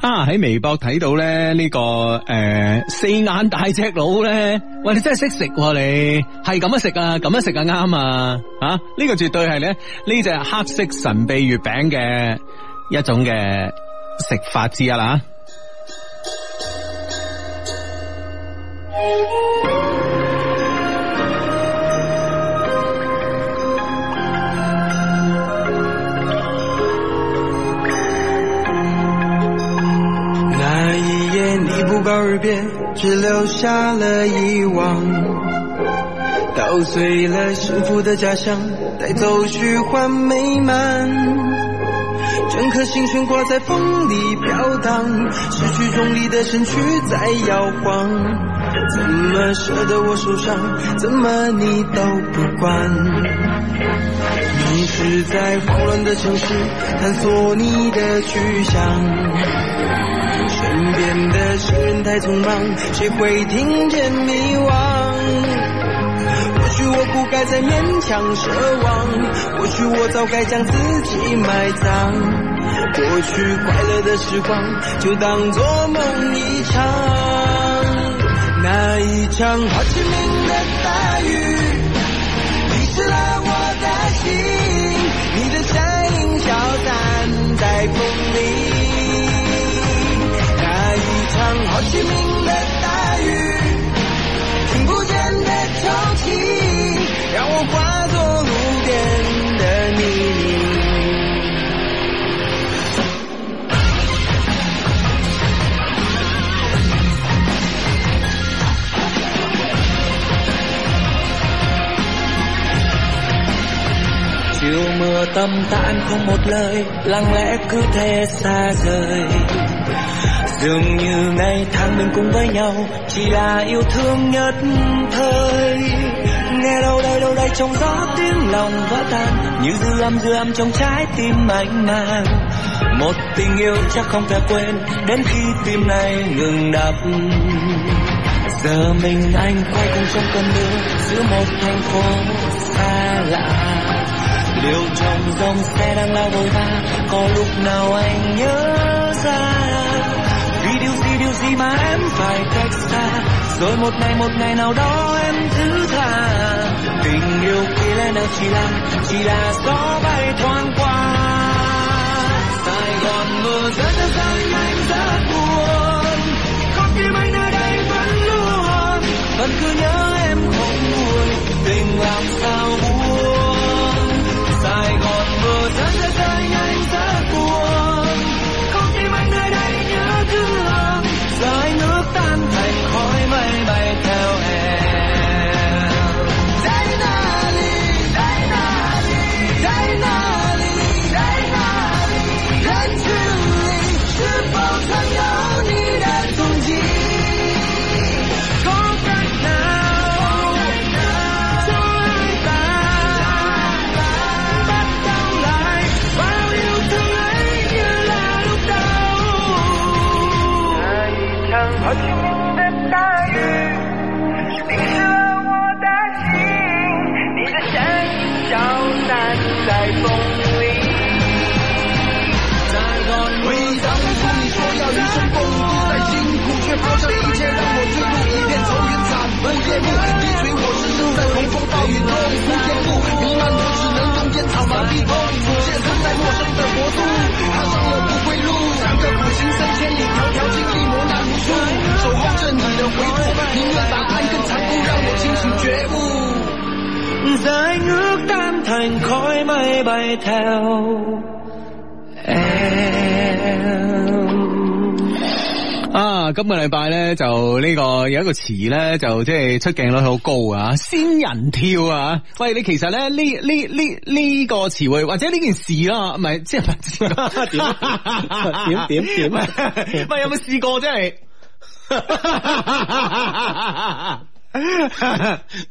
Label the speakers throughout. Speaker 1: 啊喺微博睇到咧呢、個诶、呃四眼大隻佬咧，喂你真係識食喎你，係咁樣食啊，咁樣食啊啱啊，啊呢、個絕對係咧呢只黑色神秘月餅嘅一種嘅食法之一啊啦。
Speaker 2: 那一夜你不告而别，只留下了遗忘。捣碎了幸福的假象，带走虚幻美满。整颗心悬挂在风里飘荡，失去重力的身躯在摇晃。怎么舍得我受伤？怎么你都不管？迷失在慌乱的城市，探索你的去向。身边的行人太匆忙，谁会听见迷惘？或许我不该再勉强奢望，或许我早该将自己埋葬。过去快乐的时光，就当做梦一场。那一场好奇名的大雨。淋湿了我的心，你的身影消散在风里。那一场好奇名的大雨，听不见的抽泣，让我化作路边的泥泞。chiều mưa tâm ta anh không một lời lặng lẽ cứ thế xa rời dường như ngày tháng mình cùng với nhau chỉ là yêu thương nhất thời nghe đâu đây đâu đây trong gió tiếng lòng vỡ tan như dư âm dư âm trong trái tim mạnh mang một tình yêu chắc không thể quên đến khi tim này ngừng đập giờ mình anh quay cùng trong cơn mưa giữa một thành phố xa lạ Liệu trong dòng xe đang lao vội vã Có lúc nào anh nhớ ra Vì điều gì điều gì mà em phải cách xa Rồi một ngày một ngày nào đó em thứ tha Tình yêu kia lẽ nào chỉ là Chỉ là gió bay thoáng qua Sài Gòn mưa rơi rất rơi anh rất buồn Con tim anh nơi đây vẫn luôn Vẫn cứ nhớ em không buồn Tình làm sao buồn Sài Gòn mưa rơi rơi rơi anh rất buồn Con tim anh nơi đây nhớ thương Giờ anh nước tan thành khói mây bay theo em Dãy na li, dãy na li, dãy na li, dãy na li Đến chân lý, sư phụ thân nhau đi đến cùng chi Có cách nào cho anh ta bắt đầu lại bao yêu thương ấy như là lúc đầu Sài Gòn mưa gió không số giao lý sống cùng tại chính cụ chuyện pháo trận ý chế đang một chuyên lục ý điện sâu yên sản vô yên vụ đi suy hồ sư sư tại hồng phong tao yên đông vô yên vụ mỹ man vô chỉ nâng trong yên thảo mà đi thôi dù chuyện thân tại mùa xuân tờ bố tu hạ sang lầu cụ quay lưu sáng tờ cụ sinh sân trên lì tháo tháo chính lý mố nạn hủ su sầu hóc chân nhìn đầu quý thu những người tả anh cân sáng cung ra một chính sự chế vụ Giải nước tan thành khói mây bay theo em
Speaker 1: 啊，今個禮拜咧就呢、個有一個詞咧就即係出鏡率好高啊，仙人跳啊！喂，你其實咧呢呢呢呢個詞彙或者呢件事啦，唔啊係即係
Speaker 3: 點點點
Speaker 1: 喂，有冇試過真係？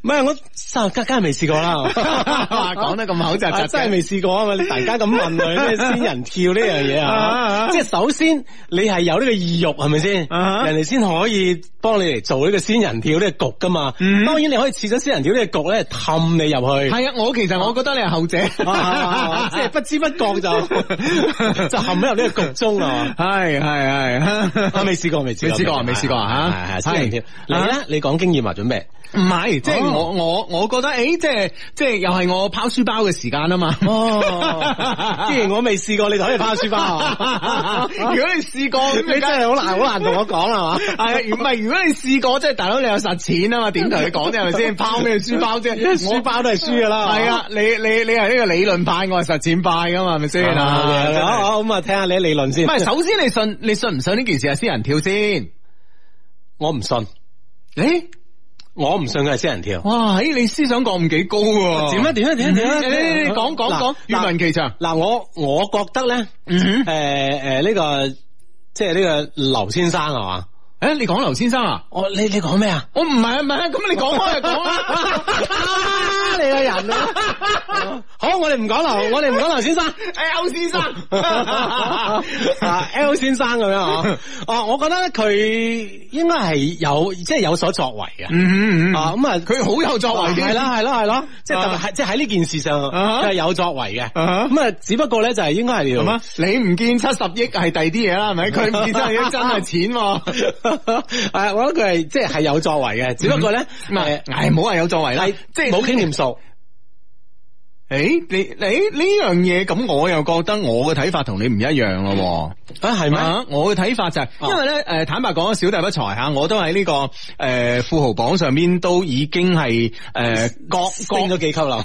Speaker 2: 唔係我生梗梗係未試過啦，
Speaker 1: 講得咁口窒窒，
Speaker 2: 真係未試過啊嘛！你突然間咁問佢咩仙人跳呢樣嘢
Speaker 1: 啊啊
Speaker 2: 啊？即係首先你係有呢個意欲係咪先？人
Speaker 1: 啊啊
Speaker 2: 哋先可以幫你嚟做呢個仙人跳呢個局噶嘛。
Speaker 1: 嗯
Speaker 2: 當然你可以設咗仙人跳呢個局咧，氹你入去。
Speaker 1: 係啊，我其實我覺得你係後者，
Speaker 2: 啊啊即係不知不覺 就就陷入呢個局中啊！
Speaker 1: 係係係。
Speaker 2: 我未試過，未試
Speaker 1: 未試過未試過啊
Speaker 2: 係係仙人跳。你
Speaker 1: 啊
Speaker 2: 咧，你講經驗啊，準備。
Speaker 1: 唔係，即係
Speaker 2: 哦
Speaker 1: 我我我覺得，誒，即係即係又係我拋書包嘅時間啊嘛。
Speaker 2: 哦，既然我未試過，你就可以拋書包啊。
Speaker 1: 如果你試過，咁
Speaker 2: 你真係好難好難同我講啦，係嘛？
Speaker 1: 係唔係？如果你試過，即係大佬你有實踐啊嘛？點同你講啫？係咪先？拋咩書包啫？
Speaker 2: 書包都係輸噶啦，
Speaker 1: 係啊，你你你係呢個理論派，我係實踐派噶嘛？係咪
Speaker 2: 係
Speaker 1: 先
Speaker 2: 嘛。
Speaker 1: 啊？真
Speaker 2: 好
Speaker 1: 係
Speaker 2: 好咁啊，聽下你嘅理論先。
Speaker 1: 唔係，首先你信你信唔信呢件事係仙人跳先？
Speaker 2: 我唔信，
Speaker 1: 誒，
Speaker 2: 我唔信佢係仙人跳。
Speaker 1: 哇！誒，你思想覺悟幾高喎？
Speaker 2: 點啊點啊點啊點啊！
Speaker 1: 你講講講，
Speaker 2: 嗱
Speaker 1: 願聞其詳。
Speaker 2: 嗱，我我覺得咧，
Speaker 1: 嗯
Speaker 2: 誒誒呢個即係呢個劉先生係嘛？
Speaker 1: 哼，誒，你講劉先生啊？
Speaker 2: 我你你講咩啊？
Speaker 1: 我唔係啊，唔係啊，咁你講開就講啦。
Speaker 2: 你個人啊！好，我哋唔講 劉，我哋唔講劉先生。
Speaker 1: 誒，歐先生，
Speaker 2: 啊 L 先生咁樣啊，哦，我覺得佢應該係有即係有所作為嘅，
Speaker 1: 嗯嗯嗯，
Speaker 2: 啊咁啊，
Speaker 1: 佢好有作為嘅，
Speaker 2: 係啦係啦係啦，即係特
Speaker 1: 啊
Speaker 2: 別係即係喺呢件事上
Speaker 1: 啊
Speaker 2: 佢係有作為嘅，
Speaker 1: 啊
Speaker 2: 咁啊，只不過咧就係應該係
Speaker 1: 係
Speaker 2: 要
Speaker 1: 嘛？你唔見七十億係第二啲嘢啦，係 咪？佢唔見七十億真係錢喎。
Speaker 2: 誒，我覺得佢 係即係係有作為嘅，只不過咧
Speaker 1: 唔係，唉，唔好話有作為啦
Speaker 2: 係，
Speaker 1: 即係
Speaker 2: 冇傾掂數，
Speaker 1: 誒，你你呢樣嘢咁，我又覺得我嘅睇法同你唔一樣咯
Speaker 2: 啊係
Speaker 1: 喎，係
Speaker 2: 咩？哦
Speaker 1: 咪？我嘅睇法就係，因為咧，誒，坦白講，小弟不才吓，我都喺呢個誒富豪榜上面都已經係誒各
Speaker 2: 升咗幾級 啦，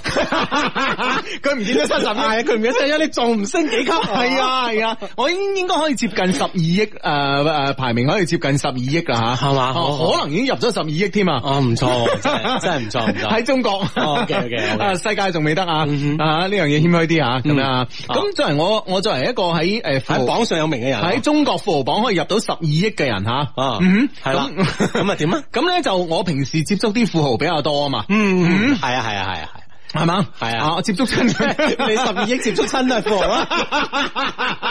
Speaker 1: 佢唔見咗七十 億，
Speaker 2: 係佢唔記得咗，你仲唔升幾級？
Speaker 1: 係啊係啊，我應應該可以接近十二億誒誒排名可以接近十二億啦吓，
Speaker 2: 係嘛
Speaker 1: 哦
Speaker 2: 好好
Speaker 1: 可能已經入咗十二億添啊！
Speaker 2: 哦，唔錯， 真係真係唔錯唔錯
Speaker 1: 喺。中國
Speaker 2: 哦，OK，OK，OK
Speaker 1: 啊世界仲未得啊
Speaker 2: 嗯哼
Speaker 1: 啊呢樣嘢謙虛啲啊咁樣啊，
Speaker 2: 嗯
Speaker 1: 咁作為我我作為一個喺誒富
Speaker 2: 喺
Speaker 1: 豪
Speaker 2: 榜上有名嘅人
Speaker 1: 喺中國富豪榜可以入到十二億嘅人吓，
Speaker 2: 啊，
Speaker 1: 嗯
Speaker 2: 係啦，咁啊點啊？
Speaker 1: 咁咧就我平時接觸啲富豪比較多啊嘛，
Speaker 2: 嗯，係啊係啊係啊
Speaker 1: 係嘛
Speaker 2: 係啊
Speaker 1: 我接觸親
Speaker 2: 係，你十二億接觸親都啊係富豪啦，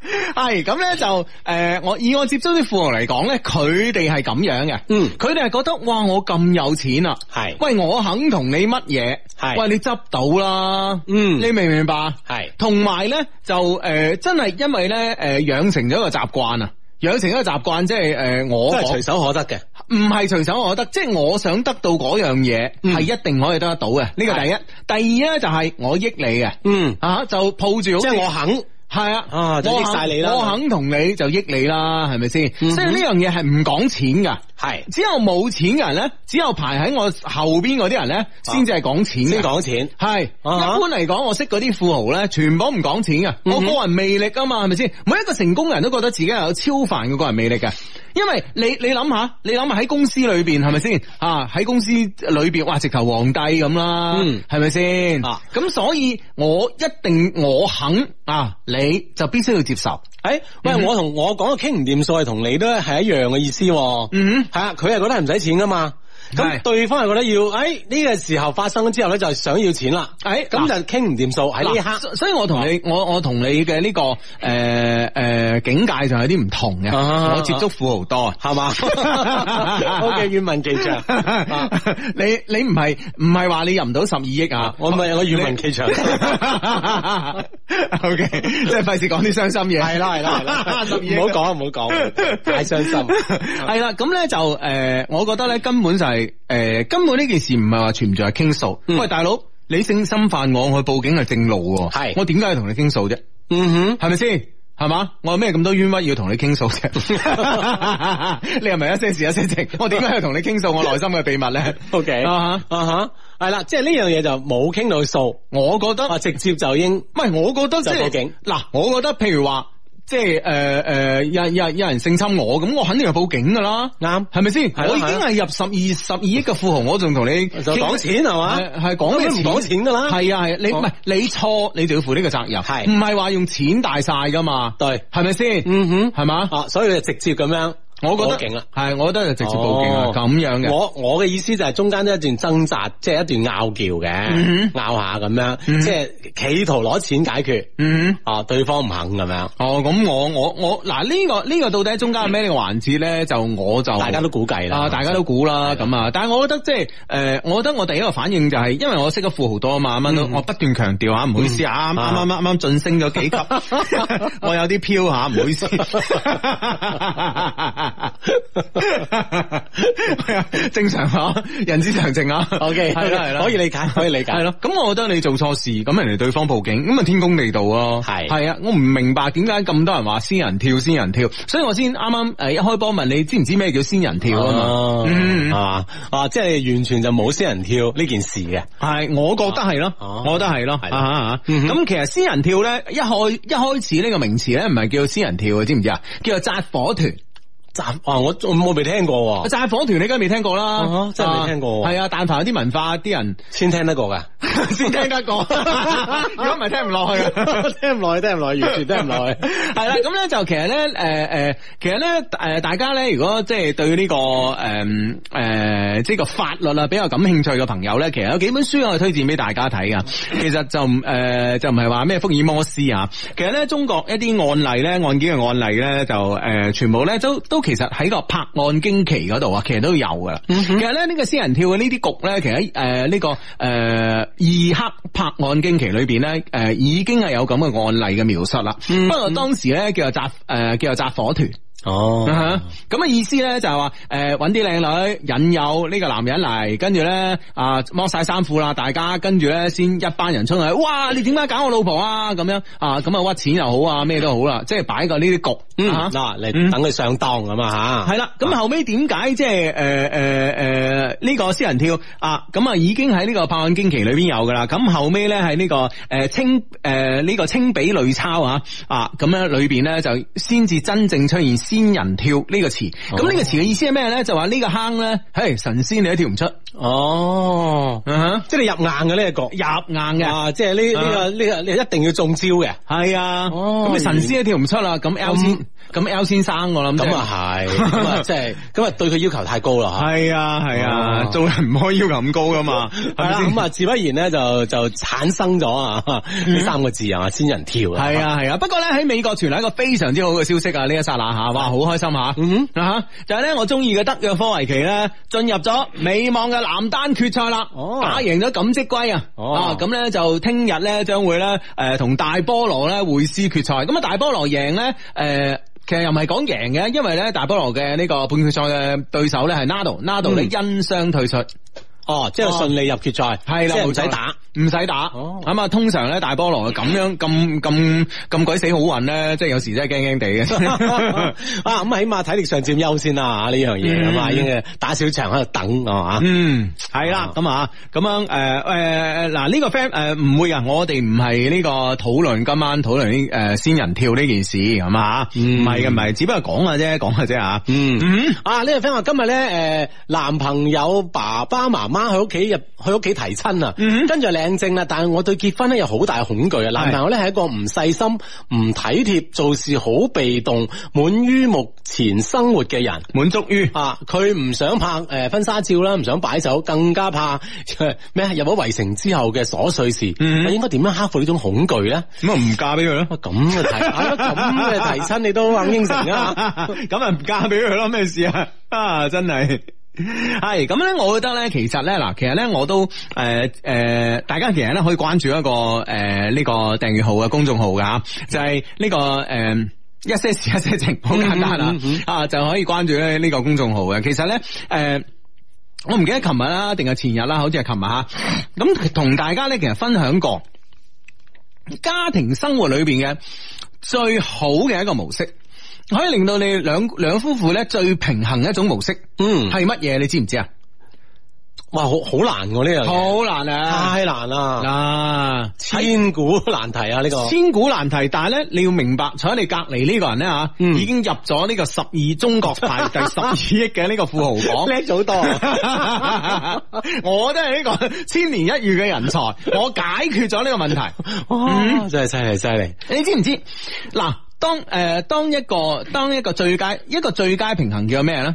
Speaker 1: 系咁咧就誒、呃我以我接觸啲富豪嚟講咧，佢哋係咁樣嘅，
Speaker 2: 嗯
Speaker 1: 佢哋係覺得哇，我咁有錢啊，
Speaker 2: 係
Speaker 1: 喂，我肯同你乜嘢，
Speaker 2: 係
Speaker 1: 喂，你執到啦，
Speaker 2: 嗯
Speaker 1: 你明唔明白？
Speaker 2: 係
Speaker 1: 同埋咧就誒、呃真係因為咧誒、呃、養成咗一個習慣啊，養成一個習慣即係誒、呃我
Speaker 2: 真係
Speaker 1: 講
Speaker 2: 隨手可得嘅，
Speaker 1: 唔係隨手我得，即係我想得到嗰樣嘢
Speaker 2: 嗯
Speaker 1: 係一定可以得得到嘅。呢個第一，第二咧就係我益你嘅，
Speaker 2: 嗯，
Speaker 1: 啊就抱住好
Speaker 2: 即
Speaker 1: 似
Speaker 2: 係我肯，
Speaker 1: 係啊，
Speaker 2: 啊就益
Speaker 1: 我肯
Speaker 2: 晒你啦
Speaker 1: 我肯同你就益你啦，係咪先？
Speaker 2: 嗯哼
Speaker 1: 所以呢樣嘢係唔講錢噶。
Speaker 2: 係
Speaker 1: 只有冇錢嘅人咧，只有排喺我後邊嗰啲人咧，先至係講錢嘅
Speaker 2: 先講錢，
Speaker 1: 係，一
Speaker 2: 啊哈
Speaker 1: 般嚟講，我識嗰啲富豪咧，全部都唔講錢嘅。我
Speaker 2: 嗯哼
Speaker 1: 個人魅力啊嘛，係咪先？每一個成功人都覺得自己係有超凡嘅個人魅力嘅。因為你你諗下，你諗下喺公司裏邊係咪先啊？喺公司裏邊，哇，直頭皇帝咁啦
Speaker 2: 嗯，
Speaker 1: 係咪先？
Speaker 2: 啊
Speaker 1: 咁所以我一定我肯啊，你就必須要接受。
Speaker 2: 誒，喂，我同我講嘅傾唔掂數係同你都係一樣嘅意思喎，
Speaker 1: 嗯
Speaker 2: 係啊，佢係覺得係唔使錢噶嘛。
Speaker 1: 係
Speaker 2: 咁對方係覺得要，誒呢個時候發生咗之後咧，就係想要錢啦。
Speaker 1: 誒
Speaker 2: 咁就傾唔掂數喺呢一
Speaker 1: 嗱
Speaker 2: 刻。啊
Speaker 1: 所所以我同你，我我同你嘅呢個誒誒境界就有啲唔同嘅。
Speaker 2: 啊
Speaker 1: 我接觸富豪多啊。
Speaker 2: 係 嘛？OK，願聞其詳。
Speaker 1: 你你唔係唔係話你入唔到十二億啊？
Speaker 2: 我咪我 願聞其 詳。
Speaker 1: O K，即係費事講啲傷心嘢。，
Speaker 2: 係啦係啦係啦
Speaker 1: 十二億
Speaker 2: 唔好講唔好講，太 傷心。
Speaker 1: 係啦，咁咧就誒、呃我覺得咧根本就係、诶根本呢件事唔係話存唔在傾訴。
Speaker 2: 嗯
Speaker 1: 喂，大佬，你性侵犯我，我去報警係正路喎。
Speaker 2: 係
Speaker 1: 我點解要同你傾訴啫？
Speaker 2: 嗯
Speaker 1: 係咪先？係嘛？我有咩咁多冤屈要同你傾訴 啫？你係咪一些事一些情？我點解要同你傾訴我內心嘅秘密咧
Speaker 2: 哼，OK，
Speaker 1: 啊哈
Speaker 2: 啊哈，係啦，即係呢樣嘢就冇傾到數，
Speaker 1: 我覺得
Speaker 2: 啊直接就應
Speaker 1: 唔係，我覺得即
Speaker 2: 就報
Speaker 1: 係
Speaker 2: 警
Speaker 1: 嗱，我覺得譬如話，即係誒誒，有人有人有人性侵我，咁我肯定係報警噶啦，
Speaker 2: 啱
Speaker 1: 係咪先？
Speaker 2: 係咯
Speaker 1: 我已經係入十二十二億嘅富豪，我仲同你
Speaker 2: 啊就講錢係嘛
Speaker 1: 係係講咩
Speaker 2: 咁你唔講錢㗎啦
Speaker 1: 係啊係啊，你
Speaker 2: 哦
Speaker 1: 唔係你錯，你就要負呢個責任，
Speaker 2: 係
Speaker 1: 唔係話用錢大晒噶嘛？
Speaker 2: 對，
Speaker 1: 係咪先？
Speaker 2: 嗯哼，
Speaker 1: 係嘛？
Speaker 2: 啊，所以就直接咁樣
Speaker 1: 我覺得
Speaker 3: 報警啦
Speaker 1: 係，我覺得就直接報警啦，啊
Speaker 3: 哦
Speaker 1: 咁樣嘅。
Speaker 3: 我我嘅意思就係中間都一段掙扎，即係一段拗撬
Speaker 1: 嗯
Speaker 3: 嘅，拗下咁樣，
Speaker 1: 嗯
Speaker 3: 即係企圖攞錢解決，
Speaker 1: 嗯。
Speaker 3: 啊，對方唔肯咁樣，
Speaker 1: 哦，咁我我我嗱呢、個呢、個到底中間係
Speaker 2: 嗯
Speaker 1: 咩呢個環節咧？就我就
Speaker 3: 大家都估計啦，
Speaker 1: 啊，大家都估啦咁啊。但係我覺得即係誒，我覺得我第一個反應就係、因為我識咗富豪多啊嘛，啱啱都我不斷強調嚇，唔好意思啊，啱啱啱啱啱晉升咗幾 級，我有啲飄嚇，唔好 意思。係啊正常啊，人之常情啊。
Speaker 3: OK，
Speaker 1: 係啦係啦，
Speaker 3: 可以 理解，可以理解，
Speaker 1: 系咯，咁我覺得你做錯事，咁人哋對方報警，咁啊天公地道啊，
Speaker 3: 係
Speaker 1: 系啊，我唔明白點解咁多人話仙人跳仙人跳，所以我先啱啱诶一開波問你知唔知咩叫仙人跳啊嘛
Speaker 3: 哦，係
Speaker 1: 嗯，
Speaker 3: 嘛，啊，即係完全就冇仙人跳呢件事嘅，
Speaker 1: 係，我覺得係咯，
Speaker 3: 哦
Speaker 1: 我覺得係咯，
Speaker 3: 係
Speaker 1: 啊啊啊
Speaker 3: 嗯哼
Speaker 1: 咁其實仙人跳咧一開一開始呢個名詞咧唔係叫仙人跳啊，知唔知啊？叫做扎火團。
Speaker 3: 暫啊，我我我未聽過喎，
Speaker 1: 扎火團你梗係未聽過
Speaker 3: 啊
Speaker 1: 啦
Speaker 3: 哈，真係未聽過喎
Speaker 1: 係啊，但凡有啲文化啲人
Speaker 3: 先聽得過
Speaker 1: 啊
Speaker 3: 㗎。
Speaker 1: 先聽得 過，如果唔係聽唔落去啊。
Speaker 3: 听唔耐，听唔耐，完 全听唔耐。
Speaker 1: 系啦，咁咧就其實咧，誒、誒，其實咧，誒、大家咧，如果即係對呢、個誒誒、即係個法律啊比較感興趣嘅朋友咧，其實有幾本書我係推薦俾大家睇噶。其實就唔誒、就唔係話咩福爾摩斯啊，其實咧中國一啲案例咧，案件嘅案例咧，就誒、全部咧都都其實喺個拍案驚奇嗰度啊，其實都有噶啦。其實咧呢、個仙人跳嘅呢啲局咧，其實誒呢個誒異黑拍案驚奇裏邊咧，誒、呃已經係有咁嘅案例嘅描述啦。不過當時咧叫做集誒、叫做集火團。
Speaker 3: 哦
Speaker 1: 啊哈咁嘅意思咧就係話，誒揾啲靚女引誘呢個男人嚟，跟住咧啊剝晒衫褲啦，大家跟住咧先一班人出去，哇！你點解搞我老婆啊？咁樣啊咁啊屈錢又好啊，咩都好啦，即係擺個呢啲局。
Speaker 3: 嗯，
Speaker 1: 啊
Speaker 3: 嗱，你
Speaker 1: 嗯
Speaker 3: 等佢上當咁啊吓。
Speaker 1: 系啦，咁後尾點解即係诶诶诶呃呢個私人跳啊？咁啊已經喺呢個拍案驚奇裏邊有噶啦。咁後尾咧喺呢個诶、呃清诶呢、個清比類抄啊啊咁咧裏邊咧就先至真正出現仙人跳呢個詞。
Speaker 3: 哦
Speaker 1: 咁呢、個詞嘅意思係咩咧？就話呢個坑咧，嘿神仙你都跳唔出，
Speaker 3: 啊哦，
Speaker 1: 嗯
Speaker 3: 即係你入硬嘅呢個局，
Speaker 1: 入硬嘅。
Speaker 3: 啊，即係呢呢
Speaker 1: 啊
Speaker 3: 個呢個你一定要中招嘅。
Speaker 1: 係啊，咁、
Speaker 3: 哦
Speaker 1: 你神仙都跳唔出啦，咁 L 先，咁 L 先生我諗
Speaker 3: 咁
Speaker 1: 就
Speaker 3: 啊係，咁啊即係，咁啊對佢要求太高啦吓。
Speaker 1: 係啊係啊，做人唔可以要求咁高噶嘛，係
Speaker 3: 係
Speaker 1: 咪
Speaker 3: 啦，
Speaker 1: 先？
Speaker 3: 哦咁啊自不然咧就就產生咗啊呢三個字啊仙人跳
Speaker 1: 系啊系啊，不過咧喺美國傳嚟一個非常之好嘅消息啊！呢一剎那吓，哇，好開心吓，
Speaker 3: 嗯
Speaker 1: 啊哈就係咧我中意嘅德約科維奇咧進入咗美網嘅男單決賽啦，
Speaker 3: 哦
Speaker 1: 打贏咗錦織圭啊，
Speaker 3: 哦
Speaker 1: 啊咁咧就聽日咧將會咧诶呃同大菠羅咧會師決賽，咁啊大菠羅贏咧诶。呃其實又唔係講贏嘅，因為咧大菠羅嘅呢個半決賽嘅對手咧係 Nado，Nado
Speaker 3: 嗯
Speaker 1: 咧因傷退出，
Speaker 3: 哦，即係順利入決賽，
Speaker 1: 係啦，
Speaker 3: 即係唔
Speaker 1: 冇錯
Speaker 3: 使打。，
Speaker 1: 唔使打。
Speaker 3: 哦
Speaker 1: 咁啊，通常咧大菠蘿咁樣咁咁咁鬼死好運咧，即係有時真係驚驚地 嘅。
Speaker 3: 啊，咁起碼體力上佔優先啦，呢樣嘢咁啊，
Speaker 1: 嗯
Speaker 3: 已經打小場喺度等啊係嘛。
Speaker 1: 嗯，係啦，咁啊，咁樣誒誒嗱呢個 friend 誒唔會啊，我哋唔係呢個討論今晚討論呢誒仙人跳呢件事咁啊，
Speaker 3: 嗯
Speaker 1: 唔係嘅，唔係，只不過講下啫，講下啫啊。
Speaker 3: 嗯
Speaker 1: 嗯
Speaker 3: 啊！呢個 friend 話今日咧，诶、男朋友爸爸媽媽去屋企入去屋企提親啊，
Speaker 1: 嗯
Speaker 3: 跟住領證啦。但係我對結婚咧有好大恐懼啊。男朋友咧係一個唔細心、唔體貼、做事好被動、滿於目前生活嘅人。
Speaker 1: 滿足於
Speaker 3: 啊！佢唔想拍誒、呃婚紗照啦，唔想擺酒，更加怕 咩入咗圍城之後嘅瑣碎事。
Speaker 1: 嗯
Speaker 3: 我應該點樣克服呢種恐懼咧？
Speaker 1: 咁啊，唔嫁俾佢咯。
Speaker 3: 哇咁 嘅提，啊咁嘅提親你都肯應承啊！
Speaker 1: 咁啊唔嫁俾佢咯，咩事啊？啊，真係係咁咧，我覺得咧，其實咧嗱，其實咧我都诶诶、呃大家其實咧可以關注一個诶呢、個訂閱號嘅公眾號噶，就係呢、個个呃一些事一些情，好簡單啊，
Speaker 3: 嗯嗯嗯
Speaker 1: 啊就可以關注咧呢個公眾號嘅。其實咧诶。呃我唔記得琴日啦，定係前日啦，好似係琴日吓。咁同大家咧，其實分享過家庭生活裏邊嘅最好嘅一個模式，可以令到你兩兩夫婦咧最平衡嘅一種模式
Speaker 3: 嗯，
Speaker 1: 係乜嘢？你知唔知啊？
Speaker 3: 哇，好好難喎呢樣嘢。
Speaker 1: 好難啊！
Speaker 3: 太難啦，
Speaker 1: 嗱，
Speaker 3: 千古難題啊！呢、個
Speaker 1: 千古難題，但係咧，你要明白坐喺你隔離呢個人咧吓，
Speaker 3: 嗯
Speaker 1: 已經入咗呢個十二中國 排第十二億嘅呢個富豪榜。
Speaker 3: 叻咗好多。
Speaker 1: 我都係呢個千年一遇嘅人才，我解決咗呢個問題。
Speaker 3: 嗯
Speaker 1: 嗯
Speaker 3: 哇，真係犀利犀利！
Speaker 1: 你知唔知？嗱，當诶、呃、当一個當一個最佳一個最佳平衡叫咩咧？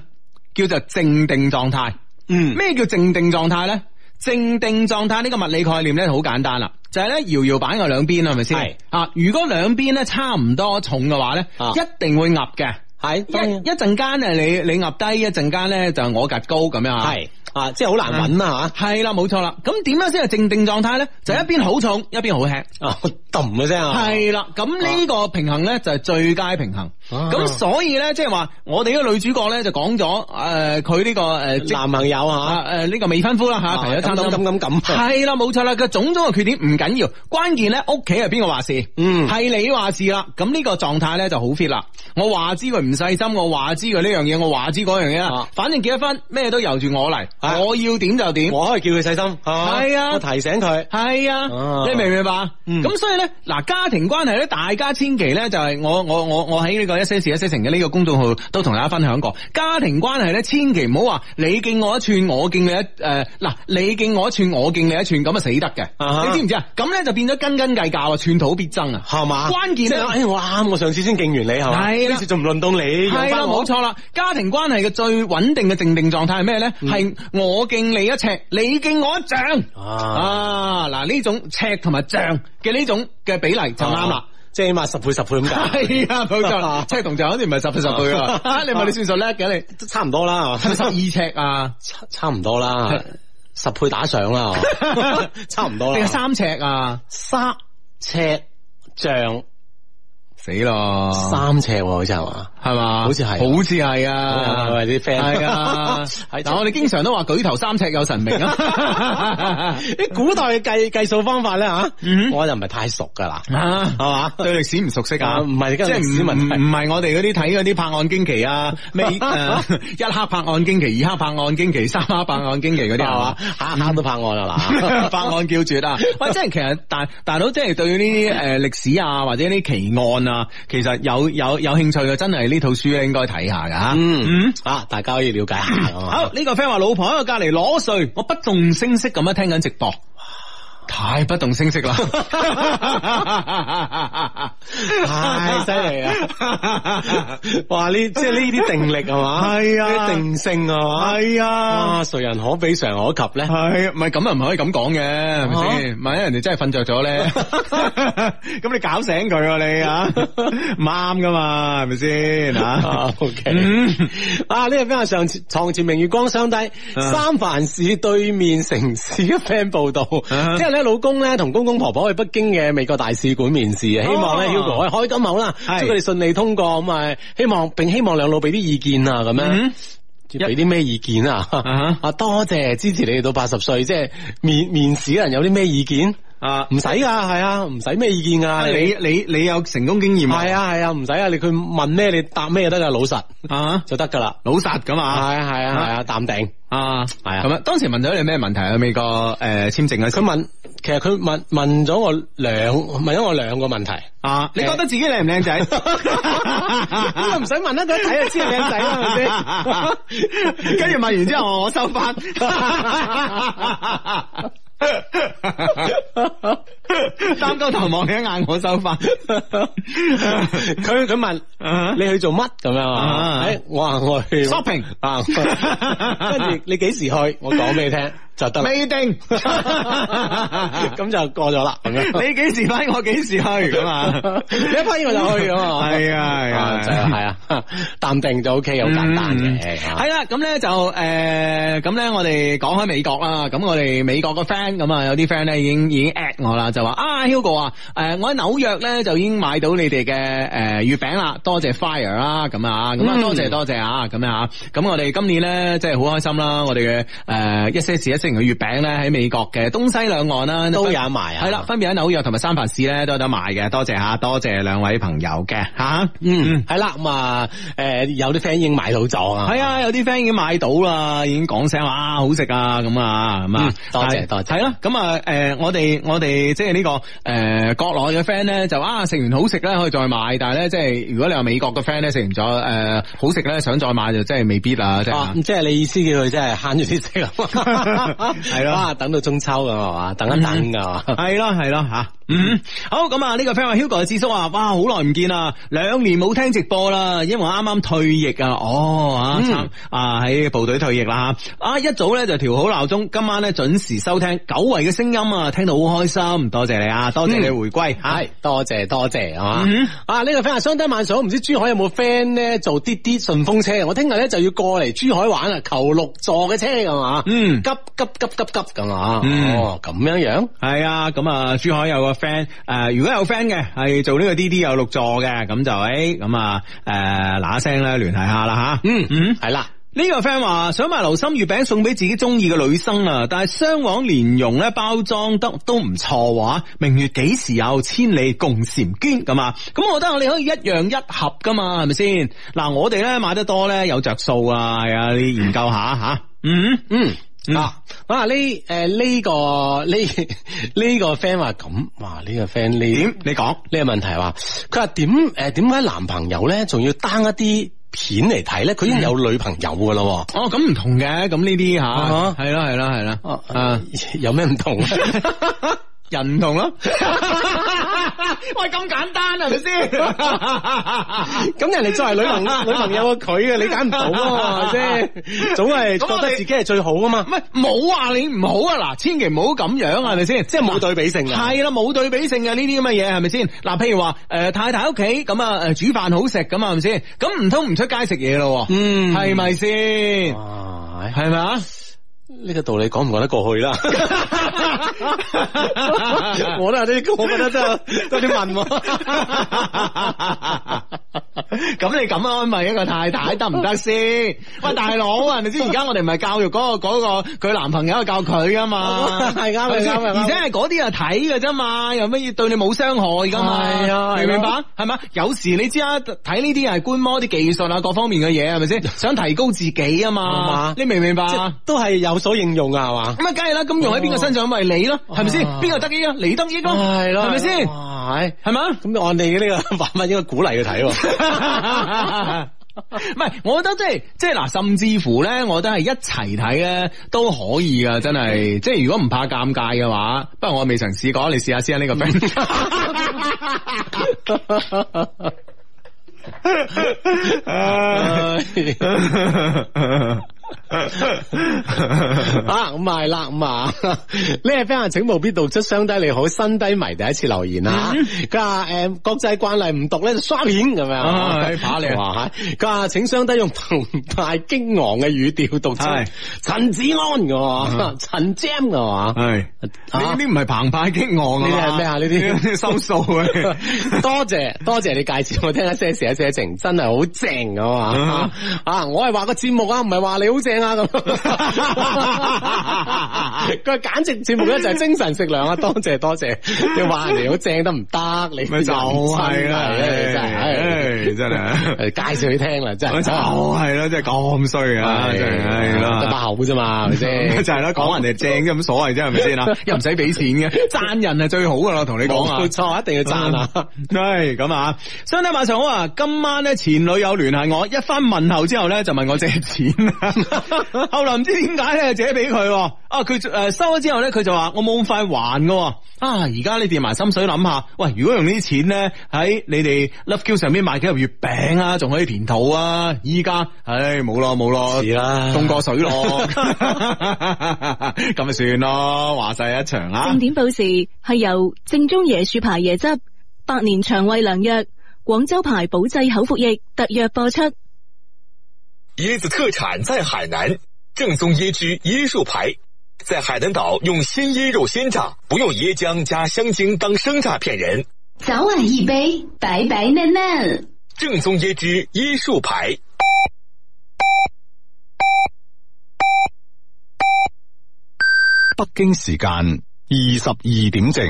Speaker 1: 叫做靜定狀態。
Speaker 3: 嗯
Speaker 1: 咩叫靜定狀態咧？靜定狀態呢個物理概念咧好簡單啦，就係咧搖搖板嘅兩邊啦，係咪
Speaker 3: 係
Speaker 1: 先？啊，如果兩邊咧差唔多重嘅話咧，
Speaker 3: 啊
Speaker 1: 一定會壓嘅。
Speaker 3: 系当
Speaker 1: 一
Speaker 3: 然
Speaker 1: 一陣間咧，你你壓低，一陣間咧就我趌高咁樣啊。
Speaker 3: 系啊，即系好难揾啦
Speaker 1: 係啦，冇錯啦。咁點樣先係靜定狀態咧？就一邊好重，一邊好輕。
Speaker 3: 吓，啊揼嘅啫啊，
Speaker 1: 係啦，咁呢個平衡咧就係最佳平衡。
Speaker 3: 啊
Speaker 1: 咁所以咧，即係話我哋呢個女主角咧就講咗诶，佢呢個诶
Speaker 3: 男朋友
Speaker 1: 啊
Speaker 3: 吓，
Speaker 1: 诶呢個未婚夫啦吓，
Speaker 3: 啊
Speaker 1: 提咗餐
Speaker 3: 咁咁咁咁咁
Speaker 1: 系啦，冇錯啦，個種種嘅缺點唔緊要，關鍵咧屋企係邊個話事，
Speaker 3: 嗯
Speaker 1: 係你話事啦。咁呢個狀態咧就好 fit 啦。我話知佢唔細心，我話知佢呢樣嘢，我話知嗰樣嘢
Speaker 3: 啊
Speaker 1: 啦。反正結咗婚，咩都由住我嚟，
Speaker 3: 啊
Speaker 1: 我要點就點。
Speaker 3: 我可以叫佢细心，係嘛
Speaker 1: 係啊
Speaker 3: 我提醒佢，
Speaker 1: 系啊，
Speaker 3: 啊
Speaker 1: 你明唔明白？咁、
Speaker 3: 嗯
Speaker 1: 所以咧，嗱，家庭關係咧，大家千祈咧就係我我我我喺呢個一些事一些情嘅呢個公眾號都同大家分享過，家庭關係咧，千祈唔好話你敬我一寸，我敬你一诶，嗱、你敬我一寸，我敬你一寸，咁啊死得嘅，
Speaker 3: 啊哈
Speaker 1: 你知唔知啊？咁咧就變咗斤斤計較啊，寸土必爭啊，
Speaker 3: 系嘛，
Speaker 1: 關鍵
Speaker 3: 即
Speaker 1: 呢
Speaker 3: 係哎我啱，我上次先敬完你系嘛，
Speaker 1: 係啦
Speaker 3: 呢次仲唔轮到你，
Speaker 1: 係啦，冇
Speaker 3: 錯，
Speaker 1: 錯啦，家庭關係嘅最穩定嘅靜定狀態係咩咧？係、我敬你一尺，你敬我一丈。
Speaker 3: 啊
Speaker 1: 啊，嗱呢種尺同埋丈嘅呢種嘅比例就啱啦。，
Speaker 3: 即系起码十倍十倍咁解，
Speaker 1: 係啊，冇錯 啦，尺同丈肯定唔係十倍十倍 啊！你咪你算數叻嘅 你，
Speaker 3: 都差唔多 啦，
Speaker 1: 係咪十二尺啊？
Speaker 3: 差差唔多啦，十倍打上啦， 差唔多
Speaker 1: 定係
Speaker 3: 啦，
Speaker 1: 三尺啊？
Speaker 3: 三尺丈
Speaker 1: 死咯，
Speaker 3: 三尺喎，好似係嘛？
Speaker 1: 係嘛？
Speaker 3: 好似係
Speaker 1: 好似係啊，
Speaker 3: 係咪啲 friend？
Speaker 1: 係啊。
Speaker 3: 係
Speaker 1: 嗱，我哋經常都話舉頭三尺有神明 啊。
Speaker 3: 啲古代嘅計計數方法咧吓，
Speaker 1: 嗯
Speaker 3: 我就唔係太熟噶啦，
Speaker 1: 啊
Speaker 3: 係嘛？
Speaker 1: 對歷史唔熟悉
Speaker 3: 啊
Speaker 1: 啊，
Speaker 3: 唔嗯係而
Speaker 1: 即
Speaker 3: 家
Speaker 1: 係
Speaker 3: 歷史
Speaker 1: 唔
Speaker 3: 問題
Speaker 1: 唔唔係我哋嗰啲睇嗰啲拍案驚奇啊， 咩誒一刻拍案驚奇，二刻拍案驚奇，三刻拍案驚奇嗰啲
Speaker 3: 係
Speaker 1: 係嘛
Speaker 3: 嘛？？下下都拍案啦 嗱，
Speaker 1: 百案叫絕啊！喂，即係其實大大佬，即係對呢啲诶历史啊，或者呢啲奇案啊，其實有有有興趣嘅，真係呢套書咧應該睇下噶吓。
Speaker 3: 嗯啊，大家可以了解下㗎嘛
Speaker 1: 好呢、個 friend 話老婆喺我隔離攞睡，我不動聲色咁樣聽緊直播。太不動聲色啦！
Speaker 3: 太犀利 啊！哇，呢即係呢啲定力係嘛？
Speaker 1: 係啊
Speaker 3: 呢啲定性係嘛？
Speaker 1: 係啊
Speaker 3: 哇，誰人可比誰人可及咧？
Speaker 1: 系，唔系咁又唔可以咁講嘅，係咪先？萬一人哋真係瞓着咗咧， 咁你搞醒佢喎你 啊，唔啱噶嘛，係咪先吓
Speaker 3: 啊？，OK，
Speaker 1: 嗯
Speaker 3: 啊呢個邊個上次床前明月光相低，
Speaker 1: 啊
Speaker 3: 三藩市對面城市嘅 friend 報道，
Speaker 1: 啊
Speaker 3: 即係咧老公咧同公公婆婆去北京嘅美國大使館面試啊，希望咧
Speaker 1: 哦
Speaker 3: Hugo 可以開金口啦，
Speaker 1: 係
Speaker 3: 祝佢哋順利通過咁啊，希望並希望兩老俾啲意見啊咁樣
Speaker 1: 嗯。
Speaker 3: 要俾啲咩意見啊？
Speaker 1: 啊
Speaker 3: 啊，多謝支持你哋到八十歲，即係面面試嘅人有啲咩意見？
Speaker 1: 啊，
Speaker 3: 唔使噶，係啊，唔使咩意見噶。
Speaker 1: 你你啊你有成功經驗
Speaker 3: 係啊係啊，唔使啊，你佢問咩你答咩就得噶，老實
Speaker 1: 啊，
Speaker 3: 就得噶啦。
Speaker 1: 老實噶
Speaker 3: 係
Speaker 1: 嘛
Speaker 3: 啊係啊係啊，淡定。
Speaker 1: 啊，系
Speaker 3: 啊
Speaker 1: 咁啊，當時問咗你咩問題啊？美國诶签证嗰時
Speaker 3: 佢問，其實佢問問咗我兩問咗我兩個問題。
Speaker 1: 啊，你覺得自己靚唔靚 仔？
Speaker 3: 呢啊個唔使問啦，佢一睇就知係靚仔啦，係咪先？
Speaker 1: 跟住問完之後，我收翻。 擔高頭望你一眼，我收翻。
Speaker 3: 佢佢問
Speaker 1: 啊
Speaker 3: 你去做乜咁樣啊？
Speaker 1: 啊
Speaker 3: 誒，我話我去
Speaker 1: Shopping
Speaker 3: 啊，跟住你幾時去？我講俾你聽就得啦。
Speaker 1: 未定，
Speaker 3: 咁就過咗啦，咁 樣。
Speaker 1: 你幾時翻我幾時去咁啊？
Speaker 3: 你 一批我就去咁啊。
Speaker 1: 係啊係啊
Speaker 3: 就係啊， 淡定就 OK，好簡單
Speaker 1: 嗯
Speaker 3: 嘅。啊
Speaker 1: 系啦，咁咧就诶，咁、咧我哋講開美國啦，咁我哋美國個 friend 咁啊，有啲 friend 咧已經已經 at 我啦，就話啊 Hugo 啊，诶、我喺紐約咧就已經買到你哋嘅诶月餅啦，多謝 Fire 啦，咁啊，咁啊
Speaker 3: 嗯
Speaker 1: 多謝多謝啊，咁啊，咁我哋今年咧即係好開心啦，我哋嘅诶一些事一些情嘅月餅咧喺美國嘅東西兩岸啦
Speaker 3: 都有埋啊
Speaker 1: 系啦，分別喺紐約同埋三藩市咧都有得賣嘅，多謝吓，多謝兩位朋友嘅吓，
Speaker 3: 嗯，系啦，咁啊，啊，诶，有啲 friend 已經買到咗啊，
Speaker 1: 系啊，有啲 friend 已經買到啦，已經講聲哇好食啊咁啊咁啊
Speaker 3: 嗯，多謝
Speaker 1: 但係
Speaker 3: 多謝
Speaker 1: 係啦，咁啊诶，我哋我哋即係呢個诶國內嘅 friend 咧，就啊食完好食咧可以再買，但係咧即係如果你話美國嘅 friend 咧食完咗诶好食咧想再買就真係未必啦，即
Speaker 3: 啊，
Speaker 1: 係
Speaker 3: 即係你意思叫佢真係慳咗啲食 啊，
Speaker 1: 係咯
Speaker 3: 哇，等到中秋咁係嘛，等一等噶，
Speaker 1: 係啦係啦吓，嗯，好咁啊呢個 friend 話 Hugo 嘅智叔啊，哇好耐唔見啦，兩年冇聽直播啦，因為我啱啱退役啊，哦啊
Speaker 3: 嗯
Speaker 1: 參啊喺部隊退役啦吓，啊一早咧就調好鬧鐘，今晚咧準時收聽久違嘅聲音啊，聽到好開心，多謝你啊，多謝你回歸吓。
Speaker 3: 系，哎多謝多謝啊！
Speaker 1: 嗯
Speaker 3: 啊，呢、個 friend 話相低晚上，唔知珠海有冇 friend 咧做啲啲順風車？我聽日咧就要過嚟珠海玩啊，求六座嘅車咁啊！
Speaker 1: 嗯
Speaker 3: 急急急急急咁啊！
Speaker 1: 嗯
Speaker 3: 哦，咁樣樣
Speaker 1: 系啊，咁啊，珠海有個 friend，诶、如果有 friend 嘅係做呢個 D D 有六座嘅，咁就诶，咁啊，诶、嗱嗱聲咧聯繫下啦吓。
Speaker 3: 嗯
Speaker 1: 嗯。
Speaker 3: 係啦，
Speaker 1: 呢個 friend 話想買流心月餅送俾自己中意嘅女生啊，但係雙黃蓮蓉咧包裝得都唔錯話，明月幾時有，千里共嬋娟咁啊！咁我覺得我哋可以一樣一盒噶嘛，係咪先？嗱，我哋咧買得多咧有着數啊，係啊，你研究下吓，嗯。
Speaker 3: 嗯。
Speaker 1: 嗯
Speaker 3: 啊！哇！呢誒呢個呢 呢個 friend 話咁，哇！呢個 friend 呢
Speaker 1: 點？你講
Speaker 3: 呢個問題話，佢話點誒點解男朋友咧仲要 down 一啲片嚟睇咧？佢已經有女朋友噶啦喎。
Speaker 1: 哦，咁唔同嘅，咁呢啲
Speaker 3: 啊
Speaker 1: 吓，係啦係啦係啦，
Speaker 3: 哦
Speaker 1: 啊，
Speaker 3: 有咩唔同？
Speaker 1: 哦 人唔同咯，喂，咁簡單係咪 先？
Speaker 3: 咁人哋作為女 朋女朋友嘅佢嘅理解唔到啊嘛，即係總係覺得自己係最好啊嘛
Speaker 1: 唔，係冇話你唔好啊！嗱，千祈唔好咁樣啊，係咪先？
Speaker 3: 即係冇對比性啊。
Speaker 1: 係啦，冇對比性嘅呢啲咁嘅嘢係咪先？嗱，譬如話诶、呃太太屋企咁啊，诶煮飯好食咁啊，係咪先？咁唔通唔出街食嘢咯？
Speaker 3: 嗯
Speaker 1: 係咪先？
Speaker 3: 哇
Speaker 1: 係咪 啊？
Speaker 3: 呢個道理講唔講得過 去啦？我都有啲，我覺得真係多啲問喎。
Speaker 1: 咁你咁安慰一個太太得唔得先？喂，大佬啊，係咪先？而家我哋唔係教育嗰、個嗰、個佢男朋友，係教佢噶嘛？
Speaker 3: 係啱
Speaker 1: 咪先
Speaker 3: 係啱係啱
Speaker 1: 而且係嗰啲係睇嘅啫嘛，有乜嘢對你冇傷害噶嘛？
Speaker 3: 係啊係啊
Speaker 1: 明唔明白？係咪？有時你知啊，睇呢啲係觀摩啲技術啊，各方面嘅嘢係咪先？想提高自己啊
Speaker 3: 係
Speaker 1: 嘛
Speaker 3: 嘛？
Speaker 1: 你明唔明白啊？
Speaker 3: 即係都係有所應用啊，係嘛？
Speaker 1: 咁啊，梗係啦，咁用喺邊個身上咪你咯，係咪先？
Speaker 3: 啊
Speaker 1: 邊個得益啊？你得益咯，係咪先？
Speaker 3: 哇係
Speaker 1: 係咪啊？
Speaker 3: 咁按你呢個 辦法應該鼓勵佢睇 喎。
Speaker 1: 唔係，我覺得即係即係嗱，甚至乎咧，我覺得係一齊睇咧都可以噶，真
Speaker 3: 嗯
Speaker 1: 係。即係如果唔怕尷尬嘅話，不過我未曾試過，你試下先啊呢個 friend。
Speaker 3: 啊，咁係 啦，咁啊，呢位 friend 啊請務必讀出雙低你好，新低迷第一次留言啊，
Speaker 1: 嗯
Speaker 3: 佢話诶國際慣例唔讀咧就刷片咁
Speaker 1: 唉
Speaker 3: 樣，
Speaker 1: 怕你啊
Speaker 3: 哇佢話請雙低用 澎湃激昂嘅語調讀出
Speaker 1: 係啊
Speaker 3: 陳子安嘅喎， 陳 Jam 啊嘅
Speaker 1: 係
Speaker 3: 喎。
Speaker 1: 呢啲唔係澎湃激昂啊嘛，
Speaker 3: 呢啲係咩啊呢啲
Speaker 1: 收數啊！
Speaker 3: 多謝多謝你介紹我聽一些事一些情，真係好正啊嘛！
Speaker 1: 嗯
Speaker 3: 啊，我係話個節目啊，唔係話你好正啊咁。 佢話簡直節目咧就係精神食糧啊！多謝多謝，你話人哋好正得唔得？你
Speaker 1: 咪就係啦，
Speaker 3: 人真係唉
Speaker 1: 唉真 係。
Speaker 3: 誒介紹你聽啦，真
Speaker 1: 我
Speaker 3: 係
Speaker 1: 就係啦，真係咁衰啊，真係係
Speaker 3: 得把
Speaker 1: 啦。啊
Speaker 3: 口啫嘛，係咪先？
Speaker 1: 就係啦，講人哋正 啫，有乜所謂啫，係咪先啊？又唔使俾錢嘅， 讚人係最好噶啦，我同你講啊
Speaker 3: 冇。錯，一定要讚啊！
Speaker 1: 唉，咁啊，相弟晚上好啊！今晚咧前女友聯繫我，一番問候之後咧就問我借錢，啊後來唔知點解咧借俾佢喎，啊佢诶收咗之後咧佢就話我冇咁快還噶，啊而家你掂埋心水諗下，喂如果用呢啲錢咧喺你哋 Love Q 上面買幾盒月餅啊，仲可以填肚啊，依家唉冇咯冇咯，
Speaker 3: 是啦
Speaker 1: 凍過水咯， 咁咪算咯，話晒一場啊啦
Speaker 4: 正。点报时系由正宗椰树牌椰汁、百年肠胃良药、广州牌保济口服液特约播出。
Speaker 5: 椰子特产在海南，正宗椰汁椰树牌，在海南岛用鲜椰肉鲜榨，不用椰浆加香精当生榨骗人。
Speaker 6: 早晚一杯，白白嫩嫩。
Speaker 5: 正宗椰汁椰树牌。
Speaker 7: 北京时间二十二点正。